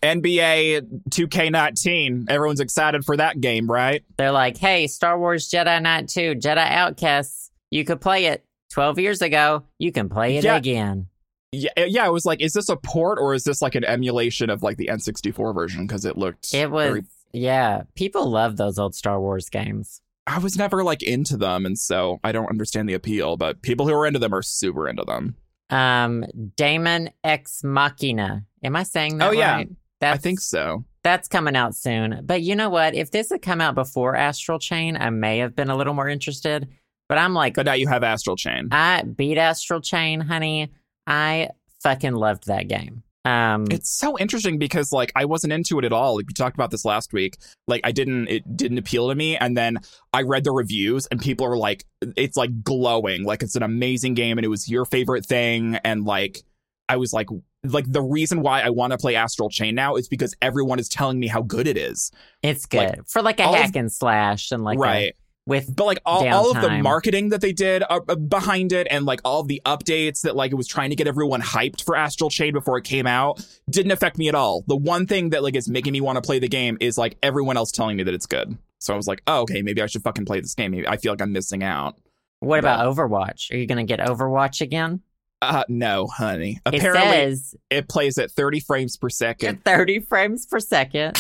NBA 2K19. Everyone's excited for that game, right?
They're like, hey, Star Wars Jedi Knight 2, Jedi Outcasts, you could play it 12 years ago. You can play it
Yeah.
again.
Yeah, eh, yeah. I was like, is this a port or is this like an emulation of like the N64 version? Because it looked.
It was,
very-
yeah. People love those old Star Wars games.
I was never like into them, and so I don't understand the appeal. But people who are into them are super into them.
Um, Damon Ex Machina. Am I saying that
Oh, yeah.
right? That's,
I think so.
that's coming out soon. But you know what? If this had come out before Astral Chain, I may have been a little more interested. But I'm like,
But now you have Astral Chain.
I beat Astral Chain, honey. I fucking loved that game. Um,
It's so interesting because like I wasn't into it at all. Like we talked about this last week. Like I didn't it didn't appeal to me and then I read the reviews and people are like it's like glowing. Like it's an amazing game and it was your favorite thing and like I was like like the reason why I want to play Astral Chain now is because everyone is telling me how good it is.
It's good
Like,
for like a
all of-
hack and slash and like a-
right.
with
but like all, all of the
downtime.
marketing that they did uh, uh, behind it and like all of the updates that like it was trying to get everyone hyped for astral chain before it came out didn't affect me at all the one thing that like is making me want to play the game is like everyone else telling me that it's good so i was like oh okay maybe i should fucking play this game maybe i feel like i'm missing out
what about Overwatch? Are you gonna get Overwatch again?
uh no honey
it
apparently it,
says
plays at 30 frames per second
thirty frames per second.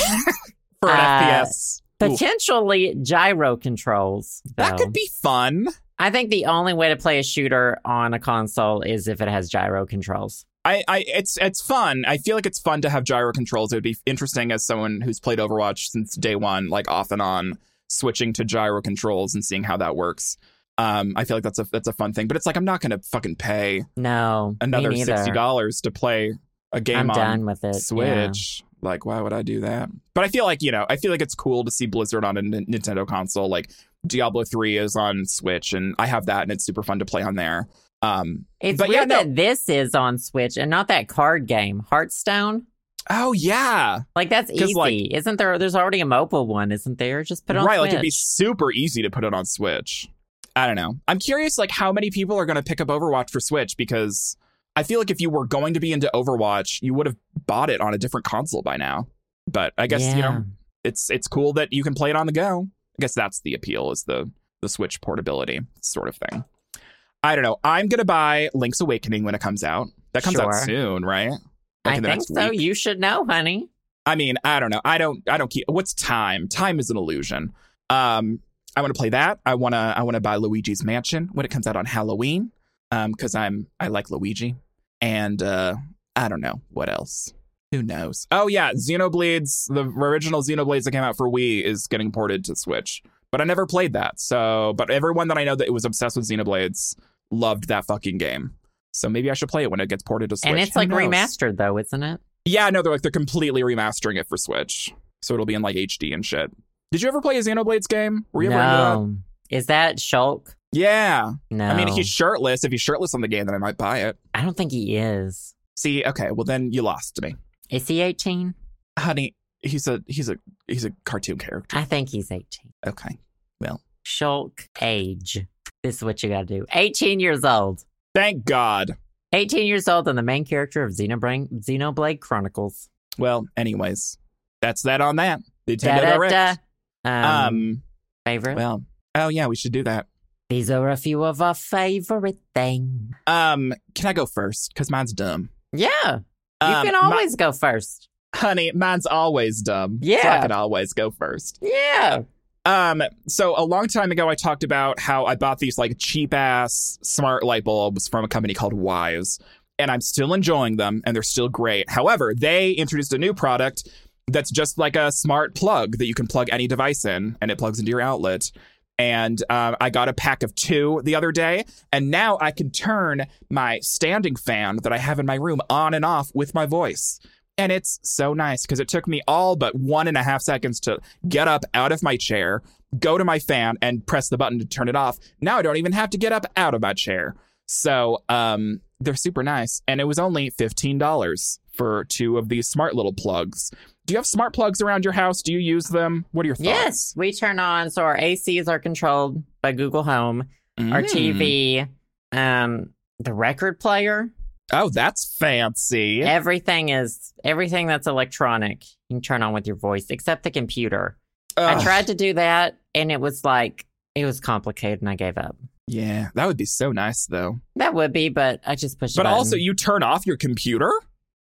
for an
Uh,
fps Ooh,
Potentially gyro controls.
that
though.
could be fun
I think the only way to play a shooter on a console is if it has gyro controls.
I, I it's it's fun. I feel like it's fun to have gyro controls. It would be interesting as someone who's played Overwatch since day one, like off and on, switching to gyro controls and seeing how that works. Um, I feel like that's a that's a fun thing. But it's like I'm not gonna fucking pay
No, me
another
neither.
sixty dollars to play a game
I'm
on
done with it. Yeah.
Switch. Like, why would I do that? But I feel like, you know, I feel like it's cool to see Blizzard on a N- Nintendo console. Like, Diablo 3 is on Switch, and I have that, and it's super fun to play on there. Um,
It's
But yeah,
weird
no.
that this is on Switch and not that card game, Hearthstone.
oh, yeah.
Like that's
'Cause,
easy.
like-
isn't there? There's already a MOPA one, isn't there? Just put it on
right, like
Switch.
it'd be super easy to put it on Switch. I don't know. I'm curious, like how many people are going to pick up Overwatch for Switch because I feel like if you were going to be into Overwatch, you would have bought it on a different console by now. But I guess you
Yeah.
know it's it's cool that you can play it on the go. I guess that's the appeal is the the Switch portability sort of thing. I don't know. I'm gonna buy Link's Awakening when it comes out. That comes out
Sure.
soon, right? Like
I
in the
think
next
so.
week?
You should know, honey.
I mean, I don't know. I don't. I don't keep. What's time? Time is an illusion. Um, I want to play that. I want to. I want to buy Luigi's Mansion when it comes out on Halloween. Um, because I'm. I like Luigi. And uh, I don't know what else. Who knows? Oh yeah, Xenoblades. The original Xenoblades that came out for Wii is getting ported to Switch. But I never played that. So, but everyone that I know that was obsessed with Xenoblades loved that fucking game. So maybe I should play it when it gets ported to Switch.
and it's
Who
like
knows?
remastered though, isn't it?
Yeah, no, they're like they're completely remastering it for Switch, so it'll be in like HD and shit. Did you ever play a Xenoblades game? Were you ever into that?
no. Is that Shulk?
Yeah,
No.
Uh, I mean, if he's shirtless, if he's shirtless on the game, then I might buy it.
I don't think he is.
See, okay, well then you lost me,
Is he 18?
honey. He's a he's a he's a cartoon character.
I think he's 18.
Okay,
Shulk age. This is what you got to do. 18 years old.
thank God.
18 years old and the main character of Xenoblade, Xenoblade Chronicles.
Well, anyways, that's that on that Nintendo
Da-da-da.
Direct.
Um,
Um,
favorite.
well, oh yeah, we should do that.
These are a few of our favorite things.
Um, can I go first? Cause mine's dumb.
Yeah, you
Um,
can
my-
always go first.
honey, mine's always dumb. so I
Yeah.
can always go first.
Yeah,
Um, so a long time ago, I talked about how I bought these like cheap ass smart light bulbs from a company called Wise, and I'm still enjoying them, and they're still great. However, they introduced a new product that's just like a smart plug that you can plug any device in, and it plugs into your outlet. And um, I got a pack of two the other day, and now I can turn my standing fan that I have in my room on and off with my voice. And it's so nice because it took me all but one and a half seconds to get up out of my chair, go to my fan, and press the button to turn it off. Now I don't even have to get up out of my chair. So um, they're super nice. And it was only $15 for two of these smart little plugs. Do you have smart plugs around your house? Do you use them? What are your thoughts?
yes. We turn on so our ACs are controlled by Google Home, our
Mm.
TV, um, the record player.
Oh, that's fancy.
Everything is everything that's electronic. You can turn on with your voice, except the computer.
Ugh.
I tried to do that, and it was like it was complicated, and I gave up.
Yeah, that would be so nice though.
That would be, but I just pushed. a
But also,
button.
you turn off your computer.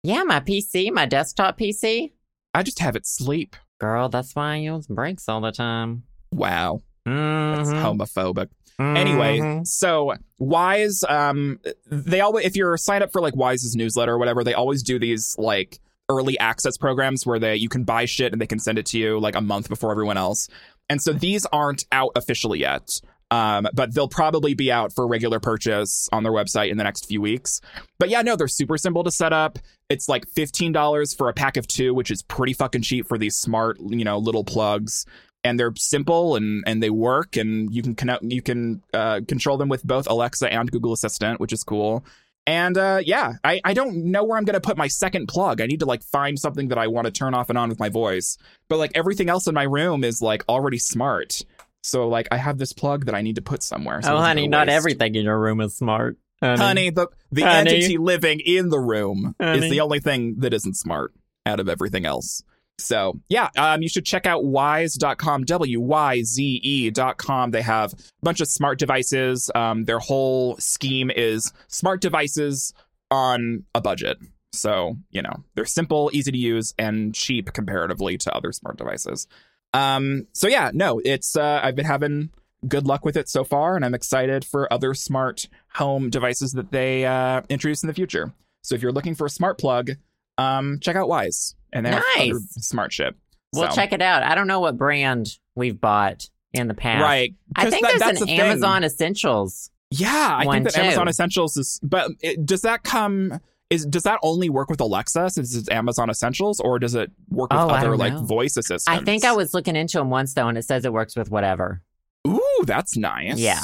yeah, my PC, my desktop PC.
I just have it sleep.
Girl, that's why I use brakes all the time.
Wow, that's
Mhm.
homophobic.
Mhm.
Anyway, so Wise, um, they always if you're signed up for like Wise's newsletter or whatever, they always do these like early access programs where they you can buy shit and they can send it to you like a month before everyone else. And so these aren't out officially yet. Um, but they'll probably be out for regular purchase on their website in the next few weeks. But yeah, no, they're super simple to set up. It's like $15 for a pack of two, which is pretty fucking cheap for these smart, you know, little plugs. And they're simple and and they work and you can connect you can uh, control them with both Alexa and Google Assistant, which is cool. And uh, yeah, I, I don't know where I'm gonna put my second plug. I need to like find something that I want to turn off and on with my voice. But like everything else in my room is like already smart. So like I have this plug that I need to put somewhere. So
oh,
it's
honey,
gonna
not
waste
everything in your room is smart.
honey, the the
Honey.
entity living in the room is
Honey.
the only thing that isn't smart out of everything else. So yeah, um, you should check out wise.com, W-Y-Z-E E dot com. They have a bunch of smart devices. Um, their whole scheme is smart devices on a budget. So, you know, they're simple, easy to use, and cheap comparatively to other smart devices. Um, so yeah, no, it's uh, I've been having good luck with it so far, and I'm excited for other smart home devices that they uh, introduce in the future. So if you're looking for a smart plug, um, check out Wise, and they have
Nice.
other smart shit.
We'll
So-
check it out. I don't know what brand we've bought in the past.
Right,
I
'cause
think
that-
there's
that's
an
the thing.
Amazon Essentials.
Yeah, I
one
think that
too.
Amazon Essentials is. But it, does that come? Is does that only work with Alexa since it's Amazon Essentials, or does it work with
Oh, I
other
don't
like
know.
voice assistants?
I think I was looking into them once though, and it says it works with whatever.
Ooh, that's nice.
Yeah.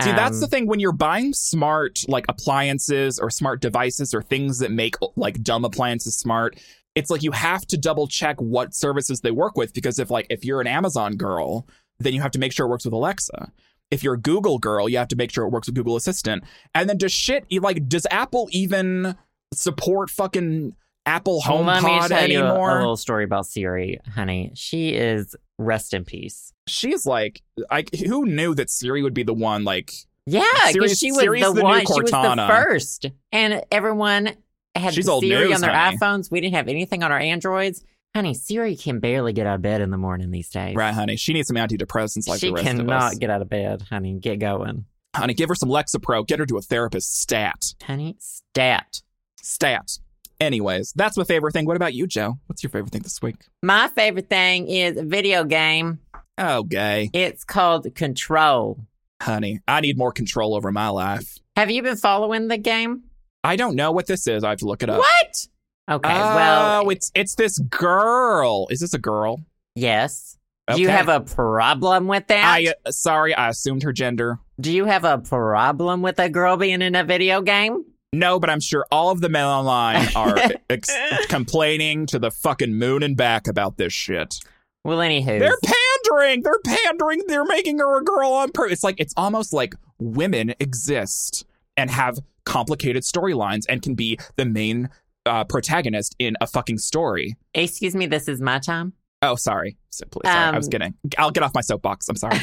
See, that's the
Um,
thing when you're buying smart like appliances or smart devices or things that make like dumb appliances smart. It's like you have to double check what services they work with because if like if you're an Amazon girl, then you have to make sure it works with Alexa. If you're a Google girl, you have to make sure it works with Google Assistant. And then does shit e, like does Apple even support fucking Apple
let me
HomePod
tell
anymore?
you a little story about Siri, honey. She is rest in peace.
She's like, I, who knew that Siri would be the one like
Yeah,
Siri-
because she was
Siri's
the,
the new
one. She was the
Cortana.
first, and everyone had
She's old
Siri
news,
on their
honey.
iPhones. We didn't have anything on our Androids, honey. Siri can barely get out of bed in the morning these days.
Right, honey. She needs some antidepressants like
she
the rest of
cannot
us.
get out of bed, honey. Get going,
Honey, give her some Lexapro. Get her to a therapist. Stat.
honey. Stat.
Stat. Anyways, that's my favorite thing. What about you, Joe? What's your favorite thing this week?
My favorite thing is a video game.
Oh, gay.
It's called Control.
Honey, I need more control over my life.
Have you been following the game?
I don't know what this is. I have to look it up.
What? Okay.
oh,
well,
it's it's this girl. Is this a girl?
yes.
Okay.
Do you have a problem with that?
I uh, sorry, I assumed her gender.
Do you have a problem with a girl being in a video game?
No, but I'm sure all of the men online are ex- complaining to the fucking moon and back about this shit.
Well, anywho,
They're pandering. They're pandering. They're making her a girl on purpose. It's like it's almost like women exist and have complicated storylines and can be the main uh, protagonist in a fucking story.
excuse me, this is my time.
Oh, sorry. Simply, sorry. I was
Um,
kidding. I'll get off my soapbox. I'm sorry,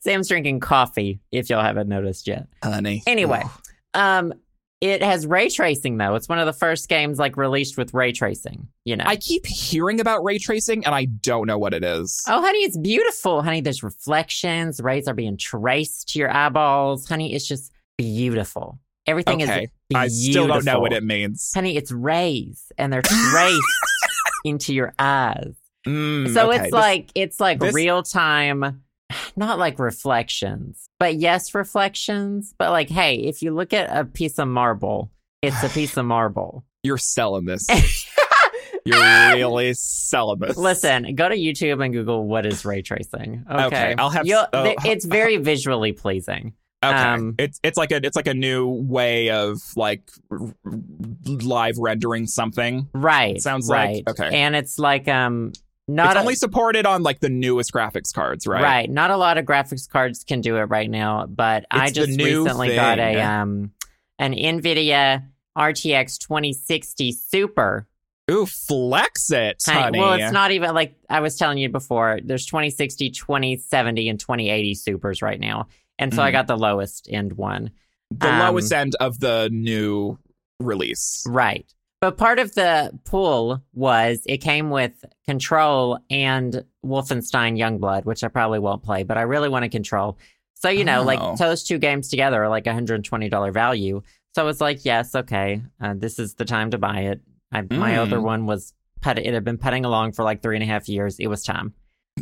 Sam's drinking coffee, if y'all haven't noticed yet.
honey.
Anyway.
Ugh.
Um, it has ray tracing though. It's one of the first games like released with ray tracing. You know,
I keep hearing about ray tracing and I don't know what it is.
oh honey, it's beautiful, honey. There's reflections. Rays are being traced to your eyeballs, honey. It's just beautiful. Everything is
okay,
beautiful.
I still don't know what it means.
Honey, it's rays, and they're traced into your eyes.
Mm,
So
okay.
it's
This-
like it's like
this-
real time, not like reflections, but yes, reflections. But like, hey, if you look at a piece of marble, it's a piece of marble.
you're selling this. You're really selling this.
Listen, go to YouTube and Google what is ray tracing. Okay,
Okay, I'll have-
You'll-
oh.
th- it's very visually pleasing.
Okay,
Um,
it's it's like a it's like a new way of like r- r- live rendering something.
Right.
Sounds like-
right.
okay.
And it's like um not
it's
a-
only supported on like the newest graphics cards, right?
Not a lot of graphics cards can do it right now, but I
It's the
just
new
recently got
thing.
a um an Nvidia RTX 2060 Super.
Ooh, flex it, honey.
Honey, Well, it's not even like I was telling you before. There's 2060, 2070, and 2080 Supers right now, and so I
Mhm.
got the lowest end one.
the
um,
lowest end of the new release.
Right. But part of the pull was it came with Control and Wolfenstein Youngblood, which I probably won't play, but I really want to control. So, you know,
Oh.
like those two games together are like $120 value. So it's like, yes, okay, uh, this is the time to buy it. I, My
Mm.
other one was put, it had been putting along for like three and a half years. It was time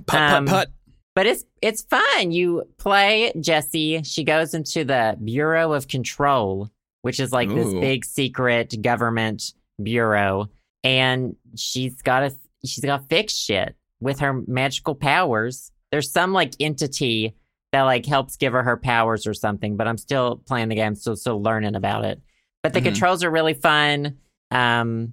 Put
um,
put put.
but it's it's fun. You play Jessie. She goes into the Bureau of Control, which is like this
Ooh.
big secret government bureau, and she's got to she's got to fix shit with her magical powers. There's some like entity that like helps give her her powers or something. But I'm still playing the game, still still learning about it. But the
Mhm.
controls are really fun. Um,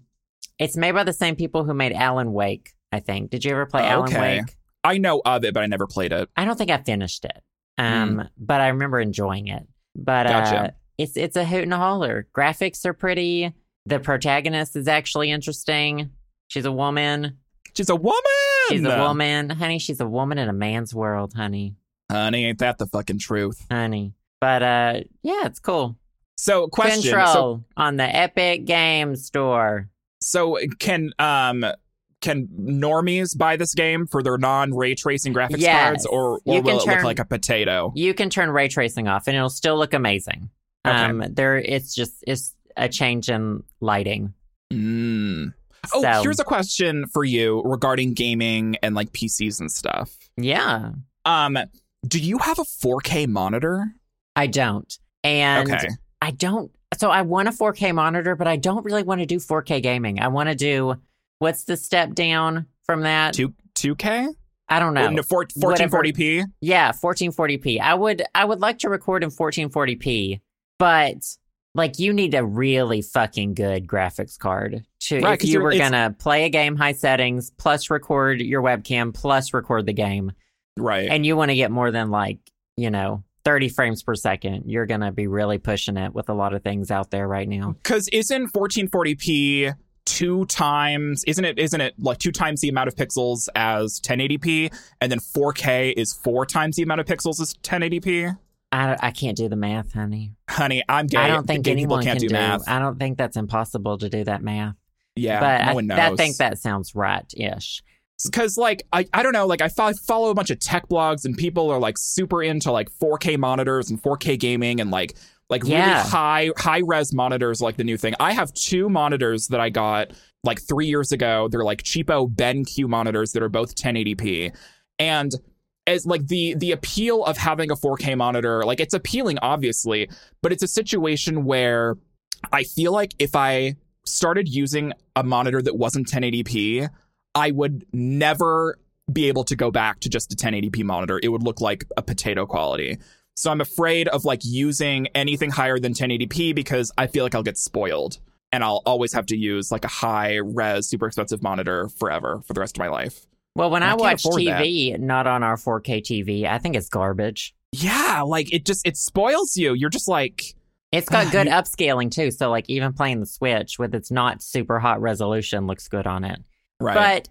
it's made by the same people who made Alan Wake. I think. Did you ever play Alan
Oh, Okay.
Wake?
I know of it, but I never played it.
I don't think I finished it. Um, but I remember enjoying it. But uh,
Mm. Gotcha.
it's it's a hoot and a holler. Graphics are pretty. The protagonist is actually interesting. She's a woman.
She's a woman.
She's a woman, honey. She's a woman in a man's world, honey,
honey. Ain't that the fucking truth?
honey. But uh, yeah, it's cool.
So, question.
Control
So,
on the Epic Game Store.
so can um. Can normies buy this game for their non ray tracing graphics
Yes.
cards, or, or
You can
will it look
turn-
like a potato?
You can turn ray tracing off, and it'll still look amazing.
Okay.
Um, there, it's just it's a change in lighting.
Mm. Oh,
So-
here's a question for you regarding gaming and like PCs and stuff.
Yeah.
Um, do you have a 4K monitor?
I don't. And
okay.
I don't so I want a 4K monitor, but I don't really want to do 4K gaming. I want to do what's the step down from that?
Two two K? Oh,
I don't know.
No, four, 1440p.
Yeah, 1440p. I would I would like to record in 1440p, but like you need a really fucking good graphics card to
Right,
if
'cause
you
you're-
were
it's-
gonna play a game high settings plus record your webcam plus record the game
Right.
and you want to get more than like you know 30 frames per second you're gonna be really pushing it with a lot of things out there right now
Because isn't 1440p two times? Isn't it? Isn't it like two times the amount of pixels as 1080p, and then 4K is four times the amount of pixels as 1080p?
i, I can't do the math honey
Honey, I'm gay.
i don't think
Gay people
anyone
can't
can
do math.
i don't think that's impossible to do that math
yeah,
but
no
I,
one knows.
I think that sounds right ish
because like I, I don't know like I fo- follow a bunch of tech blogs and people are like super into like 4K monitors and 4K gaming and like like
Yeah.
really high high res monitors are, like the new thing. I have two monitors that I got like 3 years ago. They're like cheapo BenQ monitors that are both 1080p and as like the the appeal of having a 4K monitor like it's appealing obviously, but it's a situation where I feel like if I started using a monitor that wasn't 1080p, I would never be able to go back to just a 1080p monitor. It would look like a potato quality. So I'm afraid of like using anything higher than 1080p because I feel like I'll get spoiled and I'll always have to use like a high res, super expensive monitor forever for the rest of my life.
well when
I
i,
can't
watch
afford that.
tv not on our 4k tv i think it's garbage
Yeah, like it just it spoils you. You're just like
It's got
Ugh,
good
Ah, you-
upscaling too, so like even playing the Switch with its not super hot resolution looks good on it.
right.
But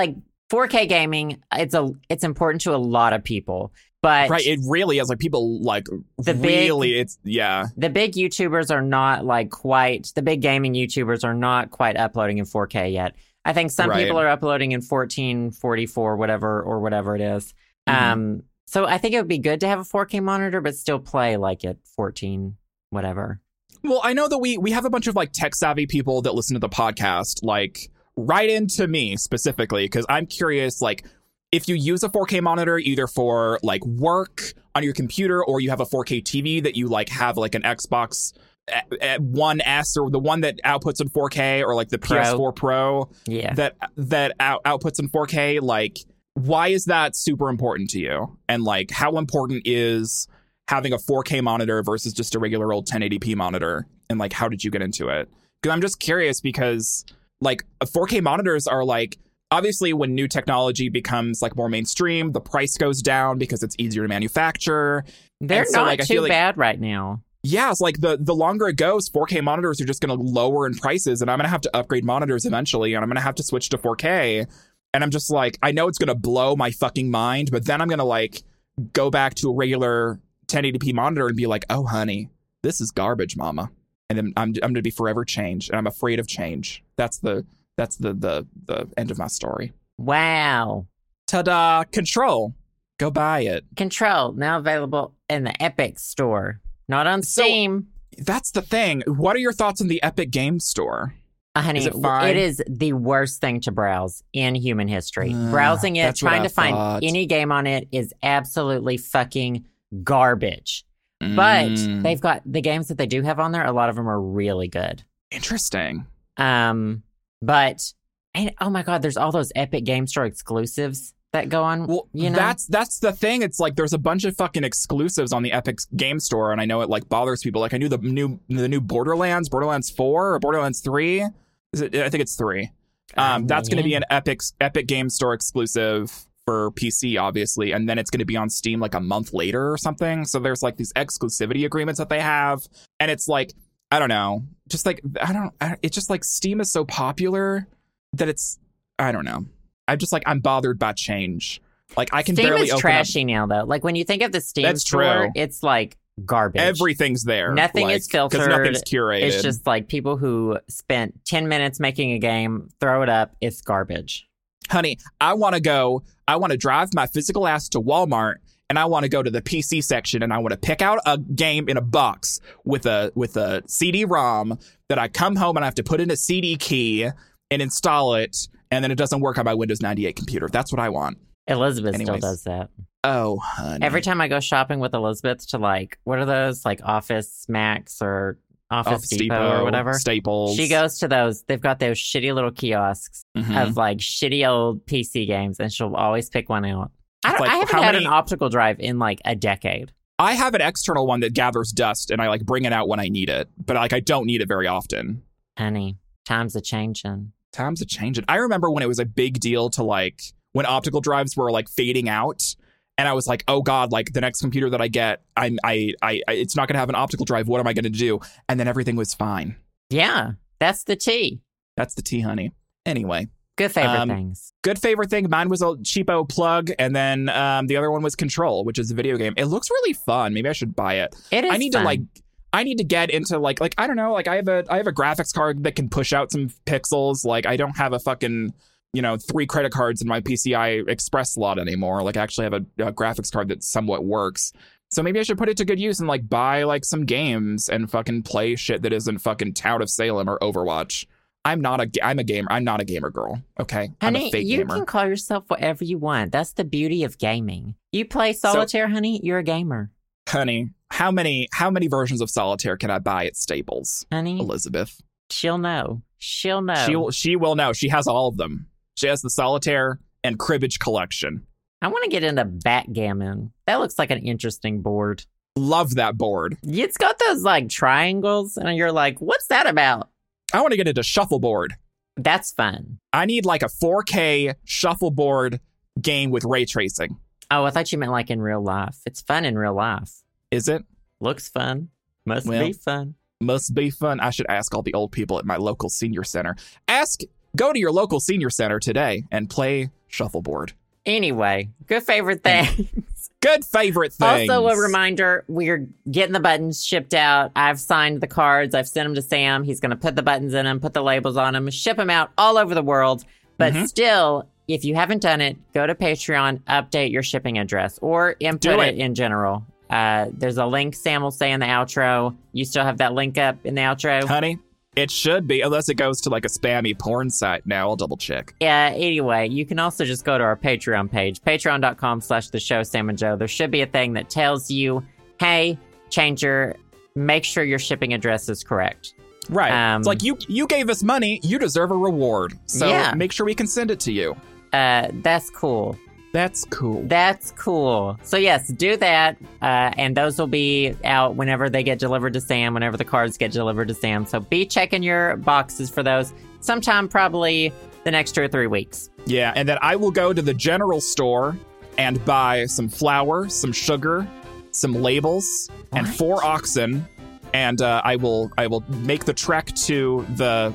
like 4K gaming, it's a it's important to a lot of people. But
right, it really is like people like
The big-
really it's yeah.
the big YouTubers are not like quite the big gaming YouTubers are not quite uploading in 4K yet. I think some
Right.
people are uploading in 1444 whatever or whatever it is.
Mm-hmm.
Um so I think it would be good to have a 4K monitor but still play like at 14 whatever.
Well, I know that we we have a bunch of like tech savvy people that listen to the podcast. Like, write into me specifically because I'm curious. Like, if you use a 4K monitor either for like work on your computer or you have a 4K TV that you like have like an Xbox eh, eh, One S or the one that outputs in 4K or like the
Pro.
PS4 Pro
Yeah.
that that out, outputs in 4K. Like, why is that super important to you? And like, how important is having a 4K monitor versus just a regular old 1080p monitor? And like, how did you get into it? Because I'm just curious because like 4K monitors are like obviously when new technology becomes like more mainstream, the price goes down because it's easier to manufacture.
They're
so,
not
like, I feel
too
like-
bad right now.
Yeah, it's like the the longer it goes, 4K monitors are just going to lower in prices, and I'm going to have to upgrade monitors eventually, and I'm going to have to switch to 4K. And I'm just like, I know it's going to blow my fucking mind, but then I'm going to like go back to a regular 1080p monitor and be like, oh honey, this is garbage, mama. And then I'm I'm going to be forever changed, and I'm afraid of change. That's the that's the the the end of my story.
Wow.
Ta-da! Control, go buy it.
Control now available in the Epic Store, not on
So-
Steam.
That's the thing. What are your thoughts on the Epic Game Store?
Uh, honey,
is it
w-
fine?
it is the worst thing to browse in human history.
Ah,
Browsing it,
that's what I
trying to find
thought.
any game on it is absolutely fucking garbage.
Mm.
But they've got the games that they do have on there, a lot of them are really good.
Interesting.
Um, but and oh my god, there's all those Epic Game Store exclusives that go on.
Well,
you know?
that's that's the thing. It's like there's a bunch of fucking exclusives on the Epic Game Store, and I know it like bothers people. Like I knew the new the new Borderlands, Borderlands Four or Borderlands Three. Is it? I think it's three. Um,
Oh,
that's going to be
man.
an Epic Epic Game Store exclusive for PC, obviously, and then it's going to be on Steam like a month later or something. So there's like these exclusivity agreements that they have, and it's like I don't know, just like I don't. I, it's just like Steam is so popular that it's I don't know. I'm just like I'm bothered by change. Like I can
Steam
barely
is
open up.
trashy now though. Like when you think of the Steam
That's
Store,
true.
it's like garbage.
Everything's there.
Nothing is
like, 'cause
filtered.
Nothing's curated.
It's just like people who spent 10 minutes making a game, throw it up, it's garbage.
honey, I want to go. I want to drive my physical ass to Walmart and I want to go to the PC section and I want to pick out a game in a box with a with a CD-ROM that I come home and I have to put in a CD key and install it and then it doesn't work on my Windows 98 computer. That's what I want.
Elizabeth
Anyways.
still does that.
Oh, honey.
Every time I go shopping with Elizabeth to like, what are those? Like Office Max or Office, Depot, or whatever.
Staples.
She goes to those. They've got those shitty little kiosks
Mhm.
of like shitty old PC games, and she'll always pick one out. I,
It's
don't,
like,
I haven't
how
had
many-
an optical drive in like a decade.
I have an external one that gathers dust, and I like bring it out when I need it, but like I don't need it very often.
Honey, times are changing.
Times have changed. I remember when it was a big deal to like when optical drives were like fading out, and I was like, "Oh God, like the next computer that I get, I'm I I, I it's not gonna have an optical drive. What am I gonna do?" And then everything was fine.
Yeah, that's the tea.
That's the tea, honey. Anyway,
Good favorite
Um,
things.
good favorite thing. Mine was a cheapo plug, and then um, the other one was Control, which is a video game. It looks really fun. Maybe I should buy it.
It is.
I need
fun.
to like I need to get into like like I don't know, like I have a I have a graphics card that can push out some pixels. Like I don't have a fucking you know, three credit cards in my PCI Express slot anymore. Like I actually have a, a graphics card that somewhat works. So maybe I should put it to good use and like buy like some games and fucking play shit that isn't fucking Tout of Salem or Overwatch. I'm not a ga- I'm a gamer. I'm not a gamer girl. Okay. I'm
Honey,
a fake
you
gamer.
can call yourself whatever you want. That's the beauty of gaming. You play solitaire, honey. You're a gamer,
Honey, how many how many versions of Solitaire can I buy at Staples?
honey.
Elizabeth.
She'll know. She'll know.
She will- she will know. She has all of them. She has the solitaire and cribbage collection.
I want to get into backgammon. That looks like an interesting board.
Love that board.
It's got those like triangles, and you're like, what's that about?
I want to get into shuffleboard.
That's fun.
I need like a 4K shuffleboard game with ray tracing.
Oh, I thought you meant like in real life. It's fun in real life.
Is it?
Looks fun. Must
Well.
be fun.
Must be fun. I should ask all the old people at my local senior center. Ask go to your local senior center today and play shuffleboard.
Anyway, good favorite thing.
Good favorite thing.
Also, a reminder we're getting the buttons shipped out. I've signed the cards, I've sent them to Sam. He's going to put the buttons in them, put the labels on them, ship them out all over the world. But
Mhm.
still, if you haven't done it, go to Patreon, update your shipping address, or input
Do
it.
it.
in general. Uh, there's a link Sam will say in the outro. You still have that link up in the outro.
honey. It should be unless it goes to like a spammy porn site. Now I'll double check.
Yeah, anyway, you can also just go to our Patreon page, patreon.com slash the show Sam and Joe. There should be a thing that tells you, hey, change your, make sure your shipping address is correct.
Right.
Um,
it's like you you gave us money, you deserve a reward. So
Yeah.
make sure we can send it to you.
Uh, that's cool.
That's cool.
That's cool. So, yes, do that. Uh, and those will be out whenever they get delivered to Sam, whenever the cards get delivered to Sam. So, be checking your boxes for those sometime, probably the next two or three weeks.
Yeah, and then I will go to the general store and buy some flour, some sugar, some labels, and
What?
four oxen. And uh, I will I will make the trek to the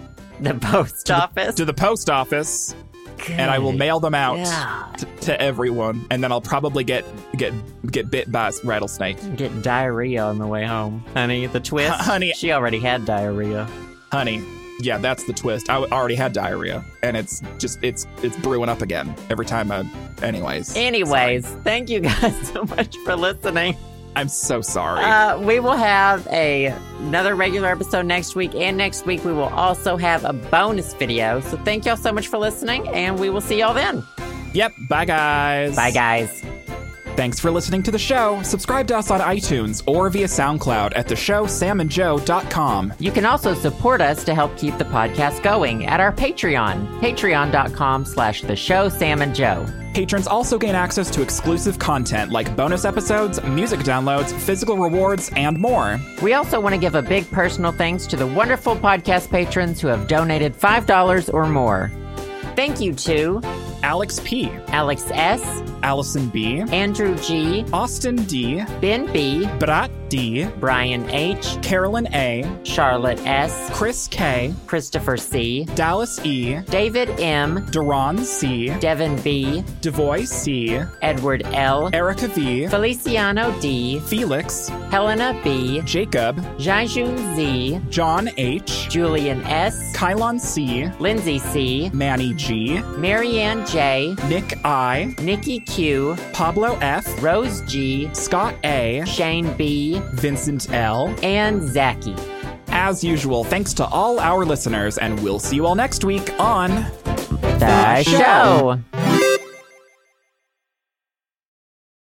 The post office.
to the post office, and I will
Good
mail them out
God.
t- to everyone. And then I'll probably get get get bit by a rattlesnake.
Get diarrhea on the way home. Honey, the twist.
honey.
She already had diarrhea.
honey yeah that's the twist i already had diarrhea and it's just it's it's brewing up again every time i anyways
Anyways, thank you guys so much for listening.
i'm so sorry
Uh, we will have a another regular episode next week, and next week we will also have a bonus video. So thank y'all so much for listening, and we will see y'all then.
yep bye guys
Bye, guys.
thanks for listening to the show subscribe to us on itunes or via soundcloud at the show samandjoe.com
You can also support us to help keep the podcast going at our Patreon, patreon.com slash the show Sam and Joe.
patrons also gain access to exclusive content like bonus episodes music downloads physical rewards and more
We also want to give a big personal thanks to the wonderful podcast patrons who have donated $5 or more. Thank you to
alex p
Alex S.,
allison b
Andrew G.,
austin d
Ben B.,
brat d
Brian H.,
carolyn a
Charlotte S.,
chris k
Christopher C.,
dallas e
David M.,
Daron C,
Devin B.,
Devoy C,
Edward L.,
Erica V,
Feliciano D.,
Felix,
Helena B.,
Jacob,
Jaijun Z.,
John H,
Julian S.,
Kylon C,
Lindsay C.,
Manny G,
Marianne J.,
Nick I,
Nikki Q.,
Pablo F,
Rose G.,
Scott A,
Shane B.,
Vincent L.
and Zachy.
As usual, thanks to all our listeners, and we'll see you all next week on
The
show.
show.